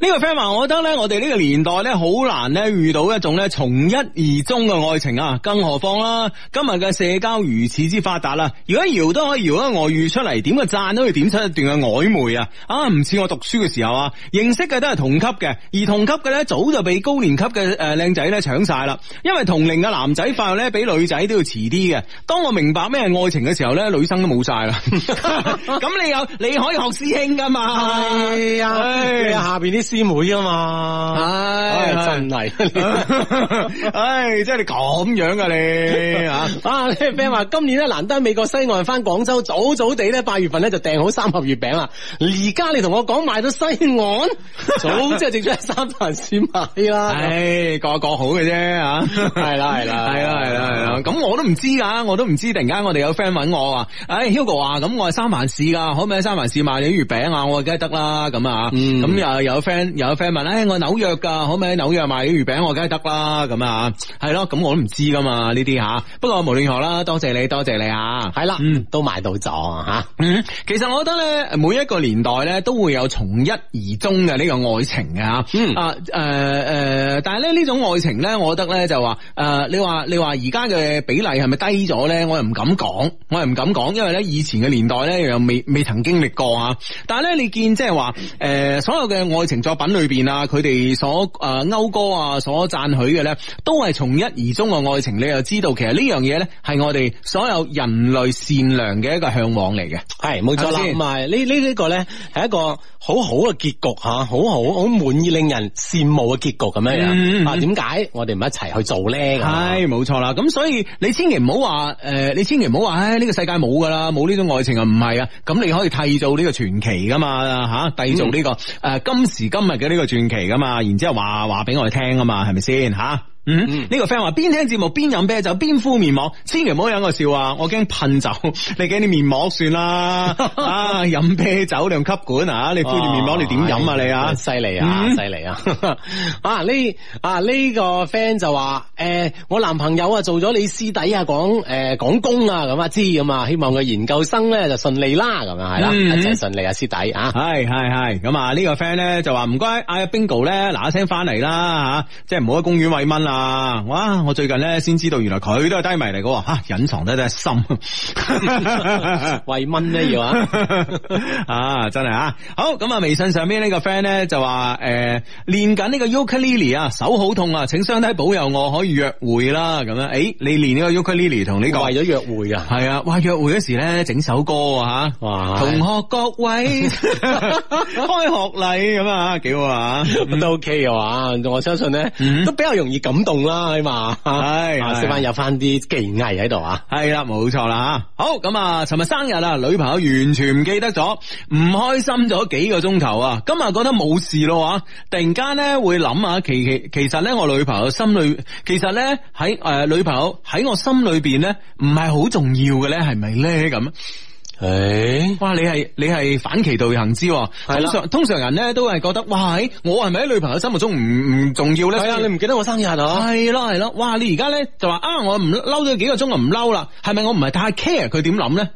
Speaker 1: 呢個 friend 話，我覺得咧，我哋呢個年代咧，好難咧遇到一種咧從一而終嘅愛情啊，更何況啦，今日嘅社交如此之發達啦，如果搖都可以搖一個外遇出嚟，點個讚都可以點出一段嘅曖昧啊！啊，唔似我讀書嘅時候啊，認識嘅都係同級嘅，而同級嘅咧早就被高年級嘅誒靚仔咧搶晒啦，因為同齡嘅男仔發育咧比女仔都要遲啲嘅。當我明白咩係愛情嘅時候咧，女生都冇晒啦。咁你有你可以學師兄噶嘛？
Speaker 3: 係
Speaker 1: 唉
Speaker 3: 你係下边啲師妹啊嘛，
Speaker 1: 唉
Speaker 3: 唉，哎真係。
Speaker 1: 唉，即係你咁樣噶 你啊！
Speaker 3: 啊！呢個 friend 話今年咧難得美國西岸翻廣州，早早地咧八月份咧就訂好三盒月餅啦。而家你同我講賣到西岸，早即係直接喺三藩市買啦。
Speaker 1: 唉，個個好嘅啫啊！
Speaker 3: 係啦係
Speaker 1: 係
Speaker 3: 啦
Speaker 1: 啦係啦係啦，咁我都唔知噶，我都唔知。突然間我哋有 friend 揾我話，唉，Hugo 啊，咁我係三藩市噶，可唔可以喺三藩市買啲月餅啊？我話梗係得啦，咁啊，
Speaker 3: 嗯
Speaker 1: 咁又有 friend 又有 friend 問，唉，我紐約噶，可唔可以喺紐約買啲月餅？我話梗係得啦，咁啊，係咯，咁我都唔知噶嘛呢啲吓。不過無論如何啦，多謝你，多謝你啊！
Speaker 3: 係啦
Speaker 1: 嗯，
Speaker 3: 都賣到咗啊
Speaker 1: 嗯，其實我覺得咧，每一個年代咧都會有從一而終嘅呢個愛情嘅吓，
Speaker 3: 嗯
Speaker 1: 啊诶诶、呃但係咧呢種愛情咧，我覺得咧就話诶、呃你話你話而家嘅比例係咪低咗咧？我又唔敢講，我又唔敢講，因為咧以前嘅年代咧又未未曾經歷過啊。但係咧你見即係話诶，所有嘅愛情作品裏边啊，佢哋所诶謳歌啊，所讚許嘅咧，都係從一而終嘅愛情。你又知道其實呢樣嘢咧係我哋所有人類善良嘅一個向往嚟嘅。
Speaker 3: 吓，係冇錯
Speaker 1: 係
Speaker 3: 啦。
Speaker 1: 咪先
Speaker 3: 咁啊，呢呢呢個咧係一個好好嘅結局吓，好好好滿意、令人羨慕嘅結局咁樣
Speaker 1: 嗯嗯
Speaker 3: 樣。
Speaker 1: 嗯
Speaker 3: 啊，點解我哋唔一齊去做咧？咁啊
Speaker 1: 系冇错啦，咁所以你千祈唔好话诶，你千祈唔好话，唉呢、個个世界冇噶啦，冇呢種愛情啊，唔係啊，咁你可以締造呢個傳奇噶嘛，啊吓、締造呢、個个呃今時今日嘅呢個傳奇噶嘛，然之后话話俾我哋聽啊嘛，係咪先吓？嗯，呢、個 friend 話邊聽節目邊飲啤酒邊敷面膜，千祈唔好引我笑啊！我驚噴酒， 你驚啲面膜算啦。啊，飲啤酒你用吸管啊，你敷住面膜你點飲啊你啊？
Speaker 3: 犀利啊，
Speaker 1: 嗯
Speaker 3: 犀利啊！ 啊呢啊呢个 friend 就话诶，我男朋友啊做咗你師弟啊，講诶讲工啊咁啊知咁啊，希望佢研究生咧就順利啦，咁樣係啦，
Speaker 1: 嗯
Speaker 3: 一切順利啊，師弟 啊！
Speaker 1: 系系系，咁啊呢個 friend 咧就話唔該，嗌阿 Bingo 咧嗱一聲翻嚟啦吓，即係唔好喺公園喂蚊啦。哇！我最近咧先知道原來佢都係低迷嚟嘅喎，吓隱藏得真係深。
Speaker 3: 喂蚊咧要啊，
Speaker 1: 啊，真係啊！好咁啊，微信上邊呢個 friend 咧就話诶練緊呢個 ukulele 啊，手好痛啊，請雙低保佑我可以約會啦咁樣。诶、你練呢個 ukulele 同呢、
Speaker 3: 為
Speaker 1: 個
Speaker 3: 咗約會啊！
Speaker 1: 係啊，哇！約會嗰時咧，整首歌啊吓，
Speaker 3: 哇
Speaker 1: 同學各 位，開學禮咁啊，幾好啊！
Speaker 3: 都 OK 嘅話，我相信咧
Speaker 1: 嗯
Speaker 3: 都比較容易感動啦，起碼
Speaker 1: 係
Speaker 3: 啊
Speaker 1: 係
Speaker 3: 識翻有翻啲技藝喺度啊！
Speaker 1: 係啦，冇錯啦吓。好咁啊，尋日生日啊，女朋友完全唔記得咗，唔開心咗幾個鐘頭啊。今日覺得冇事咯啊，突然間咧會諗啊，其其其實咧我女朋友心裏，其實咧喺诶女朋友喺我心裏边咧唔係好重要嘅咧，係咪咧咁？
Speaker 3: 诶，
Speaker 1: 哇！你係你係反其道而行之喎，
Speaker 3: 係
Speaker 1: 通
Speaker 3: 啦
Speaker 1: 常通常人咧都係覺得，哇！欸我係咪喺女朋友心目中唔唔重要咧？
Speaker 3: 係啊，你唔記得我生日啊？
Speaker 1: 係咯係咯，哇！你而家咧就話啊，我唔嬲咗幾個鐘，我唔嬲啦，係咪我唔係太 care 佢點諗咧？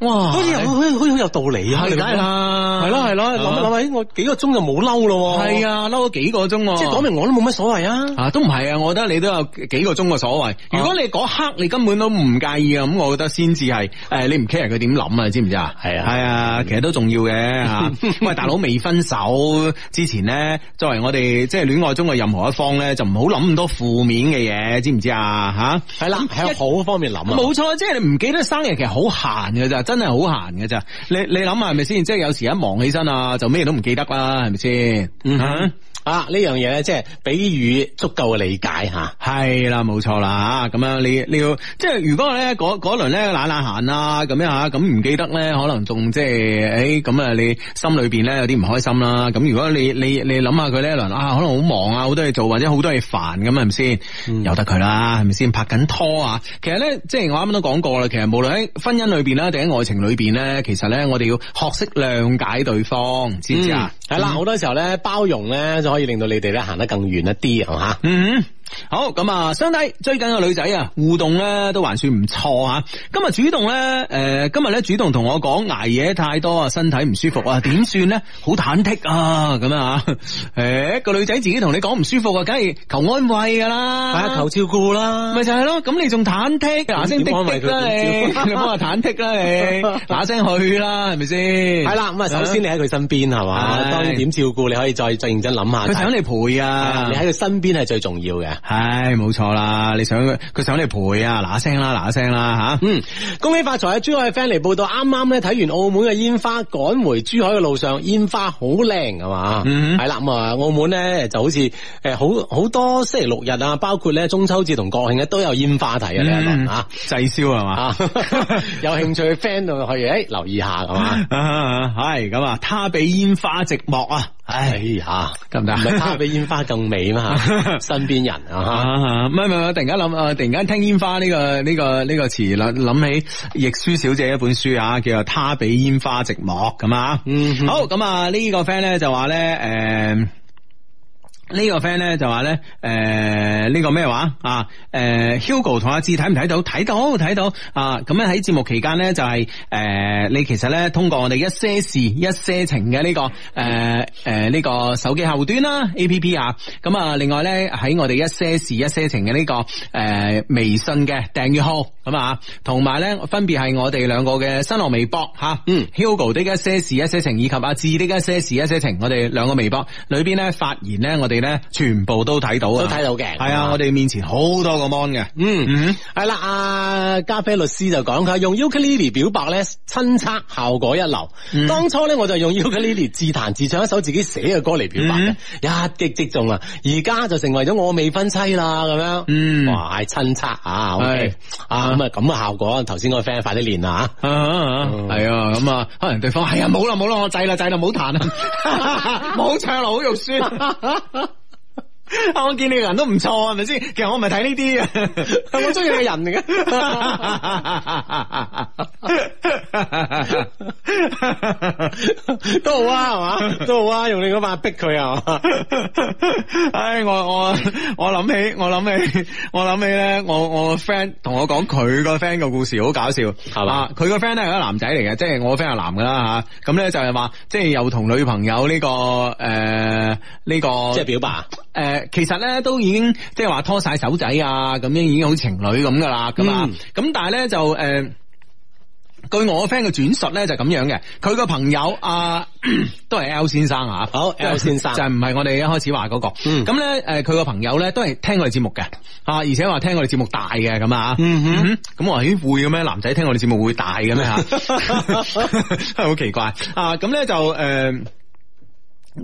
Speaker 1: 哇！
Speaker 3: 好似有好似好似好有道理啊！
Speaker 1: 哎係梗係啦，
Speaker 3: 哎
Speaker 1: 啊
Speaker 3: 係咯係咯，諗一諗，哎我幾個鐘就冇嬲咯喎。
Speaker 1: 係，啊，嬲咗幾個鐘喎，
Speaker 3: 即係講明我都冇乜所謂啊。
Speaker 1: 啊，都唔係啊，我覺得你都有幾個鐘嘅
Speaker 3: 哦
Speaker 1: 所謂。如果你嗰刻你根本都唔介意啊，咁我覺得先至係诶，誒你唔 care 佢點諗啊，知唔知啊？
Speaker 3: 係啊
Speaker 1: 係啊，其實都重要嘅 吓。喂，大佬未分手之前咧，作為我哋即係戀愛中嘅任何一方咧，就唔好諗咁多負面嘅嘢，知唔知啊？吓。
Speaker 3: 係啦，喺好方面諗啊。
Speaker 1: 冇錯，即係你唔記得生日其實好閒嘅咋，真係好閒嘅咋。你你諗下係咪先？即係有時一忙起身啊，就咩都唔記得啦，係咪先？
Speaker 3: 嗯
Speaker 1: 啊
Speaker 3: 啊，呢樣嘢咧，即係俾予足夠嘅理解吓。
Speaker 1: 系啦，冇错啦，咁样你你要即系如果咧嗰嗰轮咧懶懶閒啦，啊咁样吓，咁唔記得咧，可能仲即係诶咁啊，你心裏边咧有啲唔開心啦。咁如果你你你諗下佢呢一輪啊，可能好忙啊，好多嘢做或者好多嘢煩咁，係咪先？由得佢啦，係咪先？拍緊拖啊，其實咧即係我啱啱都講過啦，其實無論喺婚姻裏边啦，定喺愛情裏边咧，其實咧我哋要學識諒解對方，知唔
Speaker 3: 嗯
Speaker 1: 知啊？
Speaker 3: 係啦，好多時候咧，包容咧就可以令到你哋咧行得更遠一啲，係嘛？
Speaker 1: 嗯，好咁啊，相低追緊個女仔啊，互動咧都還算唔錯啊。今日主動咧，诶、今日咧主動同我講捱夜太多啊，身體唔舒服啊，點算咧？好忐忑啊，咁啊， 诶、個女仔自己同你講唔舒服啊，梗係求安慰噶啦，
Speaker 3: 大啊家求照顧啦
Speaker 1: 咪。就係咯，咁你仲忐忑，啊嗱聲滴滴啦你，
Speaker 3: 點 安慰佢點
Speaker 1: 你幫我忐忑啦你，嗱聲去啦，係咪先？
Speaker 3: 系
Speaker 1: 系
Speaker 3: 啦，咁啊，首先你喺佢身邊係嘛，
Speaker 1: 係
Speaker 3: 當然點照顧你可以再再认真諗下。
Speaker 1: 佢想
Speaker 3: 係
Speaker 1: 你陪
Speaker 3: 啊
Speaker 1: 啊，
Speaker 3: 你喺佢身邊係最重要嘅。
Speaker 1: 唉，冇錯啦，你想佢佢想你陪啊，嗱聲啦，嗱聲啦吓。
Speaker 3: 嗯，恭喜發財啊！珠海嘅 friend 嚟報道，啱啱咧睇完澳門嘅煙花，趕回珠海嘅路上，煙花好靚係嘛？
Speaker 1: 嗯
Speaker 3: 係啦，咁啊，澳門咧就好似诶好好多星期六日啊，包括咧中秋節同國慶咧都有煙花睇嘅呢一
Speaker 1: 嗯
Speaker 3: 輪啊。
Speaker 1: 滞销系嘛？
Speaker 3: 啊， 有興趣嘅 friend 度去诶哎留意下 係嘛？
Speaker 1: 系咁啊，他比煙花寂寞啊，
Speaker 3: 哎
Speaker 1: 唉。
Speaker 3: 呀，
Speaker 1: 得唔得
Speaker 3: 唔係他比煙花更 美嘛？嚇身邊人啊，
Speaker 1: 啊，唔系唔系，我突然間諗啊，突然間聽煙花呢、個呢、個呢、個詞諗諗起亦舒小姐一本書啊，叫做《他比煙花寂寞》咁啊。
Speaker 3: 嗯哼
Speaker 1: 好咁啊，呢、個 friend 咧就話咧，诶、呢個 friend 咧就話咧，诶、呢個咩話啊？诶、h u g o 同阿志睇唔睇到？睇到睇到啊！咁咧喺節目期間咧就係呃你其實咧通過我哋一些事一些情嘅呢、個诶诶呢個手機後端啦 A P P 啊，咁啊另外咧喺我哋一些事一些情嘅呢、個呃微信嘅訂閱號咁啊，同埋咧分別係我哋兩個嘅新浪微博吓、嗯，Hugo 的一些事一些情以及阿志的一些事一些情，我哋兩個微博裏邊咧發言咧，我哋咧全部都睇到啊，
Speaker 3: 都睇到嘅
Speaker 1: 係啊，我哋面前好多個 mon 嘅，
Speaker 3: 嗯
Speaker 1: 嗯
Speaker 3: 系啦，阿加菲律師就講佢用 ukulele 表白咧，親測效果一流。當初咧我就用 ukulele 自彈自唱一首自己寫嘅歌嚟表白嘅，一擊即中啊！而家就成為咗我未婚妻啦，咁樣。
Speaker 1: 嗯
Speaker 3: 哇，係親測
Speaker 1: 係
Speaker 3: 啊，OK 啊，咁啊咁嘅效果，頭先嗰個 friend 快啲練啦
Speaker 1: 啊啊
Speaker 3: 嗯
Speaker 1: 係啊，咁啊，可能對方係啊，冇啦冇啦，我制啦制啦，唔好彈 啦，唔好唱啦，好肉酸。啊我見你個人都唔錯，係咪先？其實我唔係睇呢啲嘅，
Speaker 3: 吓。我中意嘅人嚟嘅。 都好啊，係嘛，都好啊，用你嗰把逼佢啊，
Speaker 1: 唉，
Speaker 3: 係嘛
Speaker 1: 我我我谂起，我諗起，我諗起咧，我我個 friend 同我講佢個 friend 個故事好搞笑，係
Speaker 3: 嘛
Speaker 1: 佢個 friend 咧係一個男仔嚟嘅，即係我個 friend 係男噶啦吓，咁咧就係話，即係又同女朋友呢、個诶呢、個
Speaker 3: 即係表白啊。
Speaker 1: 诶、呃其實咧都已經即係話拖晒手仔啊，咁樣已經好情侶咁噶啦，咁啊
Speaker 3: 嗯，
Speaker 1: 咁但係咧就诶、呃據我 friend 嘅轉述咧就咁樣嘅，佢個朋友啊 都係 L 先生啊，
Speaker 3: 好 L 先生
Speaker 1: 就係唔係我哋一開始話嗰、個，
Speaker 3: 嗯
Speaker 1: 咁咧诶佢個朋友咧都係聽我哋節目嘅，啊而且話聽我哋節目大嘅咁啊，
Speaker 3: 嗯哼
Speaker 1: 嗯咁我話咦會嘅咩？男仔聽我哋節目會大 嘅咩 吓？好奇怪啊！咁咧就诶。呃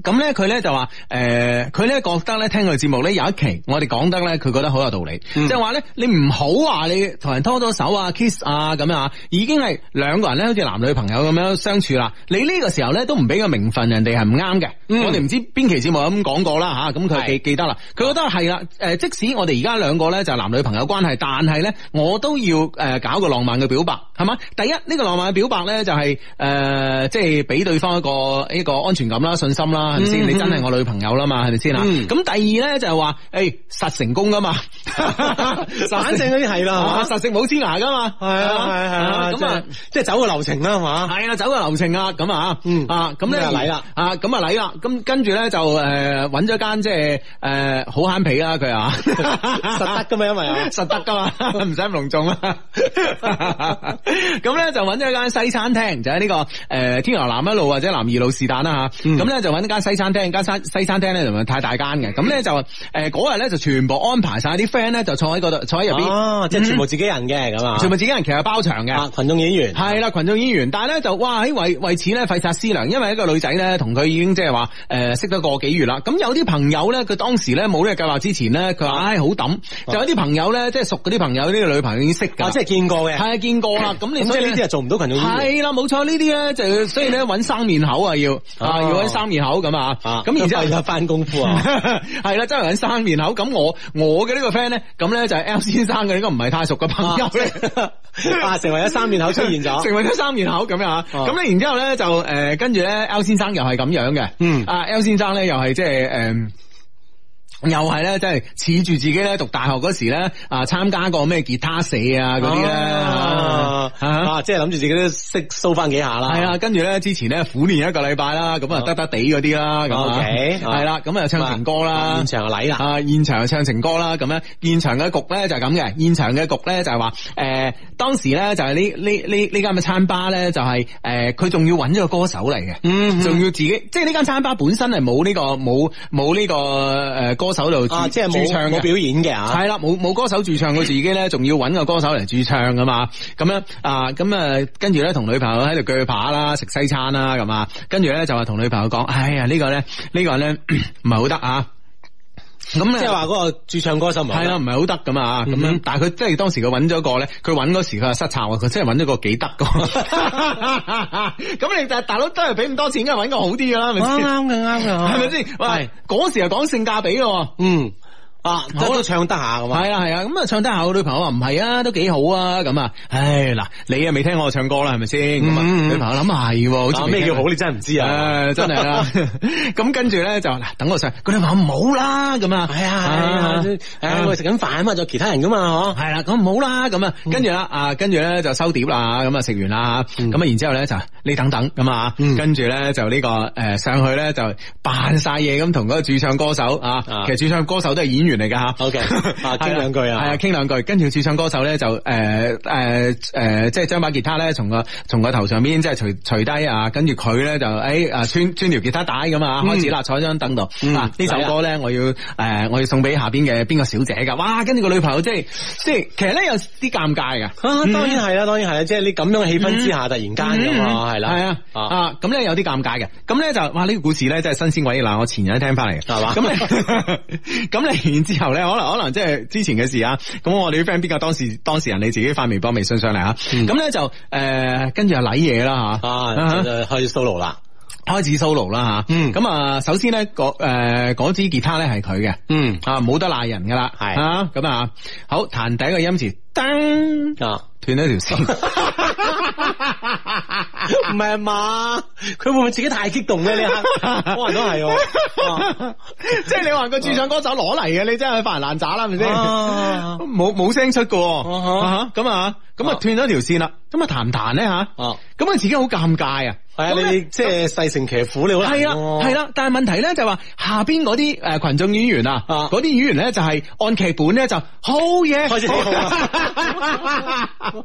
Speaker 1: 咁咧，佢咧就話誒，呃佢、咧覺得咧聽佢節目咧有一期，我哋講得咧，佢覺得好有道理，
Speaker 3: 嗯
Speaker 1: 即係話咧，你唔好話你同人拖咗手啊、kiss 啊咁啊，已經係兩個人咧好似男女朋友咁樣相處啦。你呢個時候咧都唔俾個名分人哋係唔啱嘅。
Speaker 3: 嗯
Speaker 1: 我哋唔知邊期節目有咁講過啦吓，咁佢記
Speaker 3: 係
Speaker 1: 記得啦，佢覺得係啦。誒、即使我哋而家兩個咧就係男女朋友關係，但係咧我都要誒、呃搞個浪漫嘅表白，係嘛？第一呢、個浪漫嘅表白咧就係、呃即係俾對方一個一個安全感啦、信心啦，係咪先？
Speaker 3: 嗯
Speaker 1: 你真係我女朋友啦嘛，係咪先啊？
Speaker 3: 嗯
Speaker 1: 咁、第二咧就係話誒實成功噶啊嘛，
Speaker 3: 反正嗰啲哎係啦係嘛
Speaker 1: 啊實食冇黐牙噶嘛，
Speaker 3: 系啊系啊，
Speaker 1: 咁啊。
Speaker 3: 即係走個流程啦，係嘛。
Speaker 1: 系啊，走嘅流程啊，咁啊，
Speaker 3: 嗯
Speaker 1: 啊，咁咧
Speaker 3: 咁就嚟啦，
Speaker 1: 啊，咁啊嚟啦，咁跟住咧就诶揾咗間即係诶好慳皮啦，佢啊，
Speaker 3: 實得噶嘛，因為啊
Speaker 1: 實得噶嘛， 唔使咁隆重啦。啊 咁咧就揾咗一間西餐廳，就喺呢、個个呃天河南一路或者南二路是但啦
Speaker 3: 嗯
Speaker 1: 吓。咁咧、就揾一間西餐廳，間西西餐廳咧就唔係太大間嘅。咁咧就诶嗰日咧就全部安排晒啲 friend 咧就坐喺嗰度，坐喺入邊，嗯
Speaker 3: 哦，即係全部自己人嘅咁啊，
Speaker 1: 全部自己人其實包場嘅。
Speaker 3: 啊群眾演員，
Speaker 1: 系啦，群眾演員，但系咧就哇喺為為此咧費煞思量，因為一個女仔咧同佢已經即係呃話诶識得個幾月啦。咁有啲朋友咧，佢當時咧冇呢個計劃之前咧，佢話唉好抌，就有啲朋友咧即係熟嗰啲朋友，呢個女朋友已經識㗎，
Speaker 3: 啊即係見過嘅，
Speaker 1: 係啊見過啦。咁你
Speaker 3: 咁即
Speaker 1: 所以
Speaker 3: 係
Speaker 1: 呢
Speaker 3: 呢啲係做唔到群眾演員，
Speaker 1: 系啦，冇錯，呢啲咧就所以咧揾生面口啊，要啊要揾生面口咁啊，
Speaker 3: 啊
Speaker 1: 咁然 之後
Speaker 3: 費 咗翻功夫啊，
Speaker 1: 係啦，真係揾生面口。咁我我嘅呢個 friend 咧，咁咧就係 L 先生嘅呢個唔係太熟嘅朋友咧。
Speaker 3: 啊成為咗三面口出現咗，
Speaker 1: 成為咗三面口咁樣啊。
Speaker 3: 哦
Speaker 1: 咁咧，然之後咧就誒，跟住咧，L 先生又係咁樣嘅。
Speaker 3: 嗯
Speaker 1: 啊，L 先生咧又係即係誒。又係咧，即係恃住自己咧讀大學嗰時咧，啊參加過咩吉他社啊嗰啲咧，
Speaker 3: 啊
Speaker 1: 啊
Speaker 3: 啊，即係諗住自己都識 show 翻幾下啦。
Speaker 1: 系啊，跟住咧之前咧苦練一個禮拜啦，咁啊得得地嗰啲啦，咁啊
Speaker 3: OK，
Speaker 1: 係啦，咁啊唱情歌啦，
Speaker 3: 現場嘅禮啦
Speaker 1: 啊現場唱情歌啦，咁咧現場嘅局咧就係咁嘅，現場嘅局咧就係話誒當時咧就係呢呢呢呢間嘅餐吧咧就係誒佢仲要揾咗個歌手嚟嘅，
Speaker 3: 嗯
Speaker 1: 仲要自己即係呢間餐吧本身係冇呢個冇冇呢個誒歌手度
Speaker 3: 啊，
Speaker 1: 駐
Speaker 3: 即係
Speaker 1: 駐
Speaker 3: 冇
Speaker 1: 唱嘅
Speaker 3: 冇。表演嘅啊。
Speaker 1: 系啦，冇冇歌手驻唱，佢自己咧仲要揾個歌手嚟驻唱噶嘛，咁樣啊，咁啊，跟住咧同女朋友喺度鋸扒啦，食西餐啦，咁啊，跟住咧就話同女朋友講，哎呀呢、個咧呢、個 个咧唔係好得啊，咁呢
Speaker 3: 即係嗯話嗰個駐唱歌手唔
Speaker 1: 係啦，唔係好得咁啊，咁樣，但係佢即係當時佢揾咗個咧，佢揾嗰時佢係失策啊，佢真係揾咗個幾得個， 咁你但大佬都係俾咁多錢，梗係揾個好啲噶啦，係咪先？
Speaker 3: 啱嘅啱嘅，
Speaker 1: 係咪先？喂
Speaker 3: 係，
Speaker 1: 嗰時又講性價比咯喎。
Speaker 3: 嗯啊，
Speaker 1: 好啦
Speaker 3: 都唱得下咁嘛。
Speaker 1: 系啊系啊，咁啊唱得下我女朋友話唔係啊，都幾好啊，咁啊，唉嗱，你啊未聽我唱歌啦，係咪先？咁啊，
Speaker 3: 嗯嗯
Speaker 1: 女朋友諗下係喎，好
Speaker 3: 啊
Speaker 1: 似
Speaker 3: 咩叫好？
Speaker 1: 咧？
Speaker 3: 你真係唔知啊。
Speaker 1: 唉，真係 啦，咁跟住咧就話嗱，等我上，佢女朋友唔好啦，咁啊，
Speaker 3: 係啊係啊，唉，我哋食緊飯啊嘛，仲有其他人噶嘛，嗬。
Speaker 1: 系啦，咁唔好啦，咁啊，
Speaker 3: 嗯
Speaker 1: 跟住啦，啊，跟住咧就收碟啦，咁啊食完啦，咁啊，然之后咧就你等等咁啊，
Speaker 3: 嗯
Speaker 1: 跟住咧就呢個诶上去咧就扮晒嘢咁同嗰個駐唱歌手啊
Speaker 3: 啊，
Speaker 1: 其實駐唱歌手都係演員嚟㗎吓。
Speaker 3: OK，啊， 傾兩句
Speaker 1: 系啊，
Speaker 3: 啊。
Speaker 1: 倾两句，跟住主唱歌手咧就诶诶诶，即係將把吉他咧從個從個頭上邊即係除除低啊，跟住佢咧就诶啊穿穿條吉他帶咁啊，
Speaker 3: 嗯
Speaker 1: 開始啦，坐喺張凳度
Speaker 3: 嗯
Speaker 1: 嗱呢首歌咧，我要诶我要送俾下邊嘅邊個小姐噶，哇！跟住個女朋友即係即係其實咧有啲尷尬㗎。
Speaker 3: 啊，當然係啦，當然係啦，即係你咁樣嘅氣氛之下，突然
Speaker 1: 嗯
Speaker 3: 間咁啊，係啦，
Speaker 1: 系啊，啊，咁咧有啲尷尬嘅，咁咧就哇呢個故事咧真係新鮮鬼嗱，我前日聽翻嚟嘅，
Speaker 3: 係嘛
Speaker 1: 咁咧 咁你然之後咧，可能可能即係之前嘅事啊，咁我哋啲 friend 邊個當事當事人你自己發微博、微信上嚟啊，咁咧就誒跟住又禮嘢啦嚇，
Speaker 3: 嗯啊，
Speaker 1: 哈
Speaker 3: 就開始 solo 啦。
Speaker 1: 開始 solo 啦嚇，
Speaker 3: 嗯
Speaker 1: 咁啊首先咧嗰誒嗰支吉他咧係佢嘅。
Speaker 3: 嗯
Speaker 1: 啊，冇得賴人噶啦，
Speaker 3: 係
Speaker 1: 啊，咁啊，好彈第一個音詞，噔，
Speaker 3: 啊，
Speaker 1: 斷咗條線。
Speaker 3: 唔係嘛？佢會唔會自己太激動咧？呢一刻可能都係喎。啊
Speaker 1: 即係你話個駐唱歌手攞嚟嘅，你真係發人爛渣啦，係咪先？
Speaker 3: 啊
Speaker 1: 冇冇聲出嘅喎，
Speaker 3: 啊
Speaker 1: 啊
Speaker 3: 哈
Speaker 1: 哈咁啊，咁啊斷咗條線啦，咁啊彈唔彈咧吓？
Speaker 3: 啊，
Speaker 1: 咁啊自己好尷尬啊！
Speaker 3: 係啊，
Speaker 1: 咁
Speaker 3: 你
Speaker 1: 呢
Speaker 3: 哋即係細成騎虎，你好難
Speaker 1: 係啦
Speaker 3: 喎
Speaker 1: 係啦，啊但係問題咧就話下邊嗰啲誒群眾演員啊，
Speaker 3: 啊
Speaker 1: 嗰啲演員咧就係按劇本咧就好嘢，
Speaker 3: 開始起 哄
Speaker 1: 啦。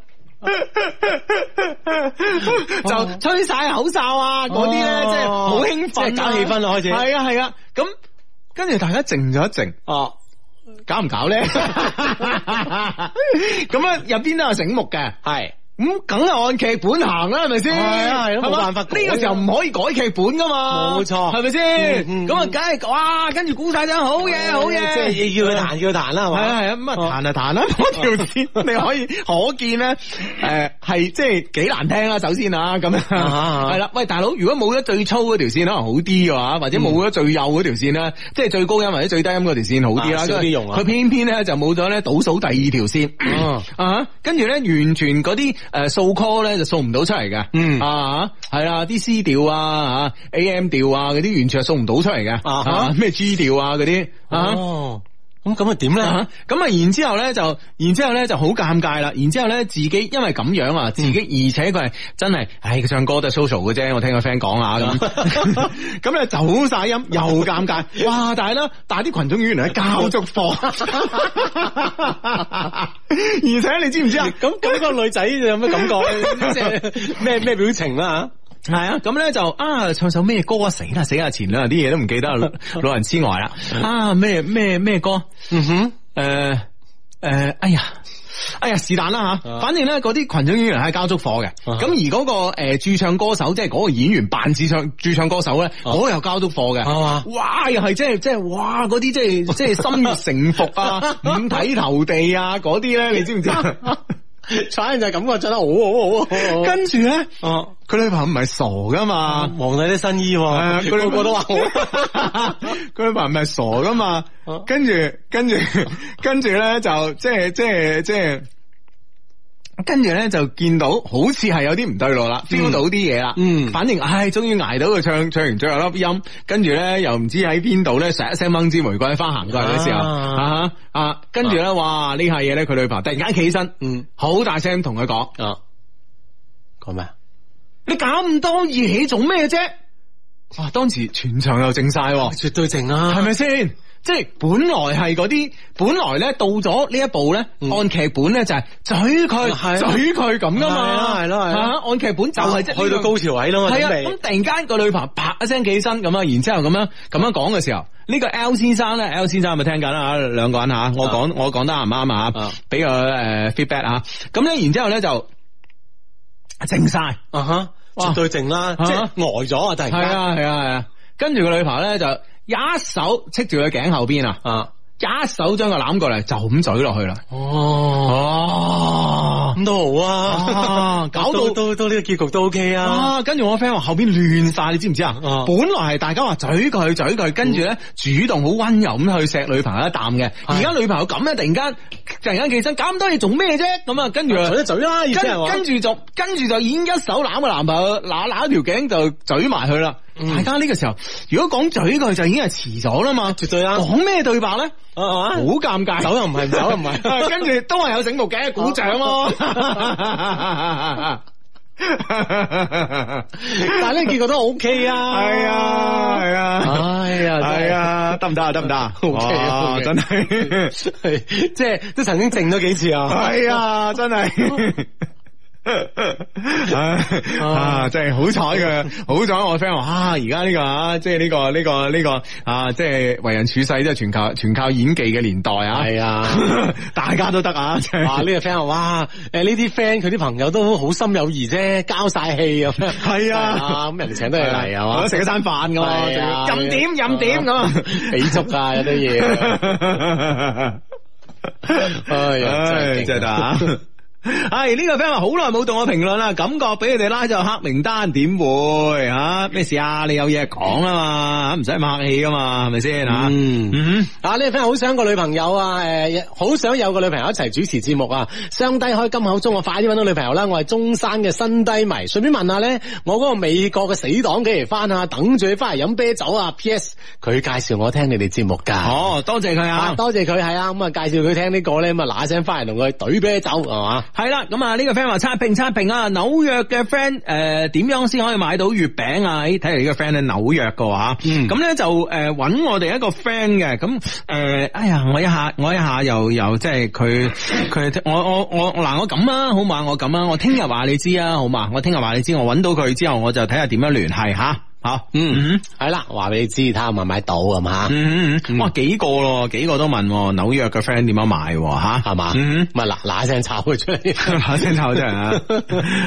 Speaker 1: 就吹晒口哨啊，嗰啲咧哦即係好興奮啊，
Speaker 3: 即係搞氣氛啦開始
Speaker 1: 係啊係啊，咁跟住大家靜咗一靜，
Speaker 3: 哦，
Speaker 1: 搞唔 搞咧？咁啊，入邊都有醒目嘅。
Speaker 3: 係
Speaker 1: 咁梗係按劇本行啦，係咪先？
Speaker 3: 係啊係啊
Speaker 1: 係嘛
Speaker 3: 冇辦法改啊
Speaker 1: 呢個時候唔可以改劇本噶嘛，
Speaker 3: 冇錯
Speaker 1: 係咪
Speaker 3: 嗯
Speaker 1: 先？
Speaker 3: 嗯
Speaker 1: 咁啊，梗係哇，跟住鼓晒掌，好嘢，好嘢，
Speaker 3: 即係要佢彈，要佢彈啦，係哦
Speaker 1: 係啊
Speaker 3: 嘛？
Speaker 1: 係啊，咁啊彈啊 彈啦，嗰條線你可以 可見咧，誒係即係幾難聽啦，首先啊咁樣，
Speaker 3: 啊啊
Speaker 1: 係啦，喂大佬，如果冇咗最粗嗰條線可能啊好啲嘅話，或者冇
Speaker 3: 嗯
Speaker 1: 咗最幼嗰條線咧，即係最高音或者最低音嗰條線好啲啦，
Speaker 3: 啊少啲用啊
Speaker 1: 佢偏偏咧就冇咗咧倒數第二條線，
Speaker 3: 哦
Speaker 1: 啊，跟住咧完全嗰啲誒數 call 咧就數唔到出嚟嘅，
Speaker 3: 嗯
Speaker 1: 啊係啦，啲 C 調啊啊 AM 調啊嗰啲完全係數唔到出嚟嘅，
Speaker 3: 啊哈
Speaker 1: 咩 G 調啊嗰啲啊。
Speaker 3: 哦，咁咁啊點咧？
Speaker 1: 啊咁啊，然之后咧就，然之后咧就好尷尬啦。然之后咧自己因為咁樣啊，自己而且佢係真係，唉，佢唱歌都係 social 嘅啫。我聽個 friend 講啊咁，咁咧走晒音又尷尬。哇！但係咧，但係啲群眾演員係交足課，而且你知唔知啊？
Speaker 3: 咁咁個女仔有 咩感覺？即係咩咩表情啦？
Speaker 1: 系啊，咁咧就啊唱首咩歌啊？死啦死啦，前兩日啲嘢都唔 記得啦，老老人痴呆啦。啊咩咩咩歌？
Speaker 3: 嗯哼，
Speaker 1: 诶、诶、哎呀，哎呀，是但啦吓，反正咧嗰啲群眾演員係交足火嘅，咁、
Speaker 3: 啊
Speaker 1: 而嗰、個个诶駐唱歌手，即係嗰個演員扮駐唱駐唱歌手咧，嗰、個又交足火嘅，
Speaker 3: 係啊嘛
Speaker 1: 哇，又係即係即係哇，嗰啲即 係即係心悦誠服啊，五體投地啊，嗰啲咧，你知唔知啊？
Speaker 3: 哦反正就係感覺着得好好好好好。
Speaker 1: 跟住咧，
Speaker 3: 哦，
Speaker 1: 佢女朋友唔係傻噶嘛。
Speaker 3: 皇帝啲新衣
Speaker 1: 係啊
Speaker 3: 喎，
Speaker 1: 佢
Speaker 3: 個
Speaker 1: 兩
Speaker 3: 個
Speaker 1: 個都
Speaker 3: 都話
Speaker 1: 話
Speaker 3: 好
Speaker 1: 好。， 佢女朋友咪傻噶嘛
Speaker 3: 啊，
Speaker 1: 跟住跟住跟住咧就即係即係即係。跟住咧就見到好似係有啲唔對路啦，feel 到啲嘢啦。
Speaker 3: 嗯
Speaker 1: 反正唉，終於捱到佢唱唱完最後粒音，跟住咧又唔知喺邊度咧，成一聲掹支玫瑰花行過嚟嘅時候
Speaker 3: 啊
Speaker 1: 啊啊，跟住咧哇呢下嘢咧，佢女朋友突然間起身，
Speaker 3: 嗯
Speaker 1: 好大聲同佢講：
Speaker 3: 啊，講咩啊？
Speaker 1: 你搞咁多熱氣做咩啫？哇！當時全場又靜晒喎。
Speaker 3: 絕對靜啊，
Speaker 1: 系咪先？即系本來係嗰啲，本來咧到咗呢一步咧，
Speaker 3: 嗯
Speaker 1: 按劇本咧就係嘴佢
Speaker 3: 係啊
Speaker 1: 嘴佢咁噶
Speaker 3: 係
Speaker 1: 嘛，
Speaker 3: 啊係咯係咯
Speaker 1: 啊按劇本就係即係
Speaker 3: 去到高潮位啦嘛，
Speaker 1: 係啊，
Speaker 3: 準備
Speaker 1: 咁突然間個女朋友啪一聲起身咁啊，然之後咁樣咁樣講嘅時候，呢、個 L 先生咧，L 先生係咪聽緊啦，兩個人吓，我講我講得啱唔啱啊
Speaker 3: 啊？
Speaker 1: 俾個诶 feedback 啊，咁咧然之後咧就靜晒。
Speaker 3: 啊哈，
Speaker 1: 哇
Speaker 3: 絕對靜啦，
Speaker 1: 啊
Speaker 3: 即係呆咗啊！突然
Speaker 1: 係
Speaker 3: 間
Speaker 1: 啊係啊係啊，跟住個女朋友咧就一手戚住佢頸後邊啊，
Speaker 3: 啊，
Speaker 1: 一手將佢攬過嚟就咁嘴落去啦。
Speaker 3: 哦，
Speaker 1: 哦，
Speaker 3: 咁都好
Speaker 1: 啊
Speaker 3: 啊，
Speaker 1: 搞到
Speaker 3: 都都呢個結局都 OK 啊，
Speaker 1: 啊！跟住我 friend 話後邊亂晒，你知唔知啊
Speaker 3: 啊？嗯
Speaker 1: 本來係大家話嘴佢嘴佢，跟住咧主動好温柔咁去錫女朋友一啖嘅，而家女朋友咁咧突然間突然間起身，搞咁多嘢做咩啫？咁啊，跟住
Speaker 3: 嘴一嘴啦，意思係
Speaker 1: 跟
Speaker 3: 話
Speaker 1: 跟住就跟住就已經一手攬個男朋友，揦揦條頸就嘴埋佢啦。
Speaker 3: 嗯
Speaker 1: 大家呢個時候，如果講嘴佢就已經係遲咗啦嘛，
Speaker 3: 絕對啦
Speaker 1: 講咩對白咧？
Speaker 3: 啊
Speaker 1: 好
Speaker 3: 啊
Speaker 1: 尷尬，
Speaker 3: 走又唔係唔走又唔係 啊
Speaker 1: 跟住都係有醒目嘅鼓掌啊 咯。
Speaker 3: 但係呢個結局都 OK 啊，
Speaker 1: 係啊，係啊，
Speaker 3: 哎呀，
Speaker 1: 係
Speaker 3: 係啊。
Speaker 1: 啊，得唔得啊？得唔得啊？
Speaker 3: OK，
Speaker 1: 哇
Speaker 3: OK
Speaker 1: 真 係。
Speaker 3: 係即係都曾經靜咗幾次 啊！
Speaker 1: 系 啊，真系。 唉啊！真系好彩嘅，好彩我 friend 話啊，而家呢個啊，即係呢個呢個呢個啊，即係為人處世，即係全靠全靠演技嘅年代啊！
Speaker 3: 係啊，
Speaker 1: 大家都得啊！真
Speaker 3: 啊呢
Speaker 1: 係
Speaker 3: 個 friend 話哇，誒呢啲 friend 佢啲朋友都好心有誼啫，交晒氣咁樣。
Speaker 1: 係啊
Speaker 3: 咁人哋請得你嚟啊
Speaker 1: 我
Speaker 3: 嘛
Speaker 1: 都，食咗餐飯噶嘛，
Speaker 3: 係啊
Speaker 1: 仲要任點任點咁啊！
Speaker 3: 俾足啊有啲嘢。
Speaker 1: 哎
Speaker 3: 哎呀
Speaker 1: 呀，
Speaker 3: 真係勁
Speaker 1: 真係得啊！ 系呢、個 friend 話好耐冇同我評論啦，感覺俾佢哋拉咗入黑名單，點會吓咩、事啊？你有嘢講啊嘛，唔使咁客氣噶嘛，係咪先吓？
Speaker 3: 嗯
Speaker 1: 嗯
Speaker 3: 啊！呢個 friend 好想個女朋友啊，誒、好想有個女朋友一齊主持節目啊！雙低開金口中，我快啲揾啊到女朋友啦！我係中山嘅新低迷，順便問下咧，我嗰個美國嘅死黨幾時翻啊？等住你翻嚟飲啤酒啊！P.S. 佢介紹我聽你哋節目㗎。
Speaker 1: 哦，多謝佢
Speaker 3: 啊，
Speaker 1: 啊！
Speaker 3: 多謝佢係啊，咁啊介紹佢聽呢個咧，咁啊嗱一聲翻嚟同佢懟啤酒係嘛，
Speaker 1: 係啦，咁啊呢個 friend 話差評差評啊，紐約嘅 friend 诶點樣先可以買到月餅啊？咦睇嚟呢個 friend 咧紐約嘅啊話，
Speaker 3: 嗯
Speaker 1: 咁咧就诶揾我哋一個 friend 嘅，咁诶哎呀我一下我一下又又即係佢佢我我我嗱我咁啊好嘛我咁啊我聽日話你知啊好嘛我聽日話你知我揾到佢之後我就睇下點樣聯繫吓好嗯
Speaker 3: 係啦，話俾你知，睇下買唔買到咁吓，
Speaker 1: 嗯嗯嗯哇幾個咯幾個都問喎紐約嘅 friend 點樣買喎吓
Speaker 3: 係嘛，
Speaker 1: 嗯
Speaker 3: 咁啊嗱嗱一聲炒佢出嚟。
Speaker 1: 把聲臭真係啊，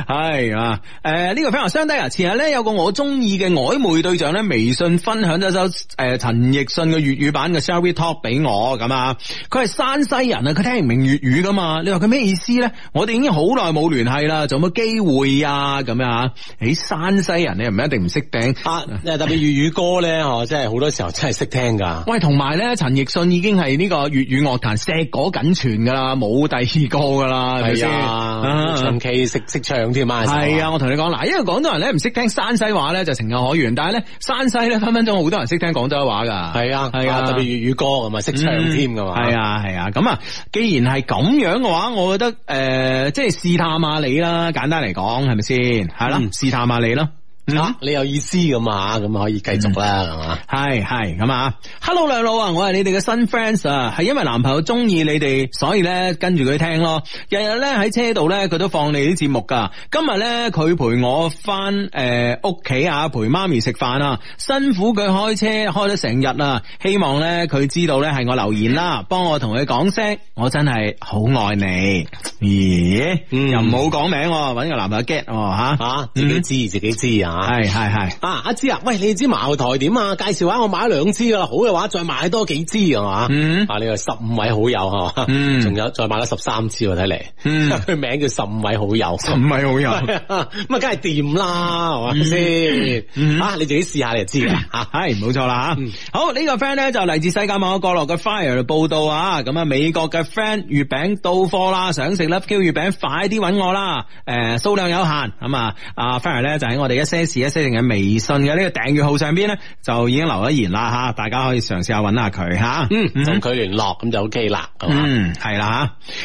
Speaker 1: 係啊，誒呢個 friend 話相低啊，前日咧有個我中意嘅曖昧對象咧，微信分享咗首誒陳奕迅嘅粵語版嘅 Sherry Talk 俾我咁啊，佢係山西人啊，佢聽唔明粵語噶嘛，你話佢咩意思咧？我哋已經好耐冇聯繫啦，仲有冇機會啊？咁樣啊？誒山西人你又唔一定唔識聽。
Speaker 3: 啊！誒特別粵語歌咧，我真係好多時候真係識聽㗎。
Speaker 1: 喂，同埋咧，陳奕迅已經係呢個粵語樂壇碩果僅存噶啦，冇第二個噶啦，係咪
Speaker 3: 係
Speaker 1: 先？
Speaker 3: 啊，唱 K 識識唱添啊，
Speaker 1: 系啊，我同你講嗱，因為廣東人咧唔識聽山西話咧就情有可原，但係咧山西咧分分鐘好多人識聽廣州話㗎。
Speaker 3: 係啊，
Speaker 1: 係啊
Speaker 3: 特別粵語歌咁啊，識唱添㗎嘛，
Speaker 1: 系，啊係啊，咁啊，既然係咁樣嘅話，我覺得诶、呃即係試探下你啦，簡單嚟講係咪先？係啦，
Speaker 3: 嗯
Speaker 1: 試探下你啦。嗯
Speaker 3: 啊，你有意思咁啊，咁可以繼續啦，係嘛，
Speaker 1: 係係咁啊，Hello 兩老啊，我係你哋嘅新 friends 啊，係因為男朋友中意你哋，所以咧跟住佢聽咯。日日咧喺車度咧，佢都放你啲節目噶。今日咧佢陪我翻诶屋企啊，陪媽咪食飯啊，辛苦佢開車開咗成日啊。希望咧佢知道咧係我留言啦，幫我同佢講聲，我真係好愛你。咦，
Speaker 3: 嗯
Speaker 1: 又唔好講名喎，搵個男朋友 get 喎吓，
Speaker 3: 啊，自己知自己知啊。
Speaker 1: 嗯係係係。
Speaker 3: 啊，阿芝啊，喂，你支茅台點啊？介紹下，我買咗兩支噶啦，好嘅話再買多幾支係嘛？
Speaker 1: 嗯
Speaker 3: 啊，你話十五位好友係嘛？
Speaker 1: 嗯
Speaker 3: 仲有再買咗十三支喎，睇嚟，
Speaker 1: 嗯
Speaker 3: 佢名叫十五位好友，
Speaker 1: 唔係好有。
Speaker 3: 咁啊，梗係掂啦，係咪
Speaker 1: 嗯
Speaker 3: 先？啊，你自己試下你就知啦 吓。啊
Speaker 1: 系冇錯啦吓
Speaker 3: 嗯，
Speaker 1: 好呢、個 friend 咧就嚟自世界某個角落嘅 fire 嚟報道啊，咁啊美國嘅 friend 月餅到貨啦，想食呢粒 Q 月餅，快啲揾我啦！诶、數量有限，咁啊，阿 f a r 咧就喺我哋一些事一些情嘅微信嘅呢個訂閱號上邊咧，就已經留咗言啦吓，大家可以嘗試下揾下佢吓。
Speaker 3: 嗯，同佢聯絡咁就 OK 啦，係嘛？
Speaker 1: 嗯，系啦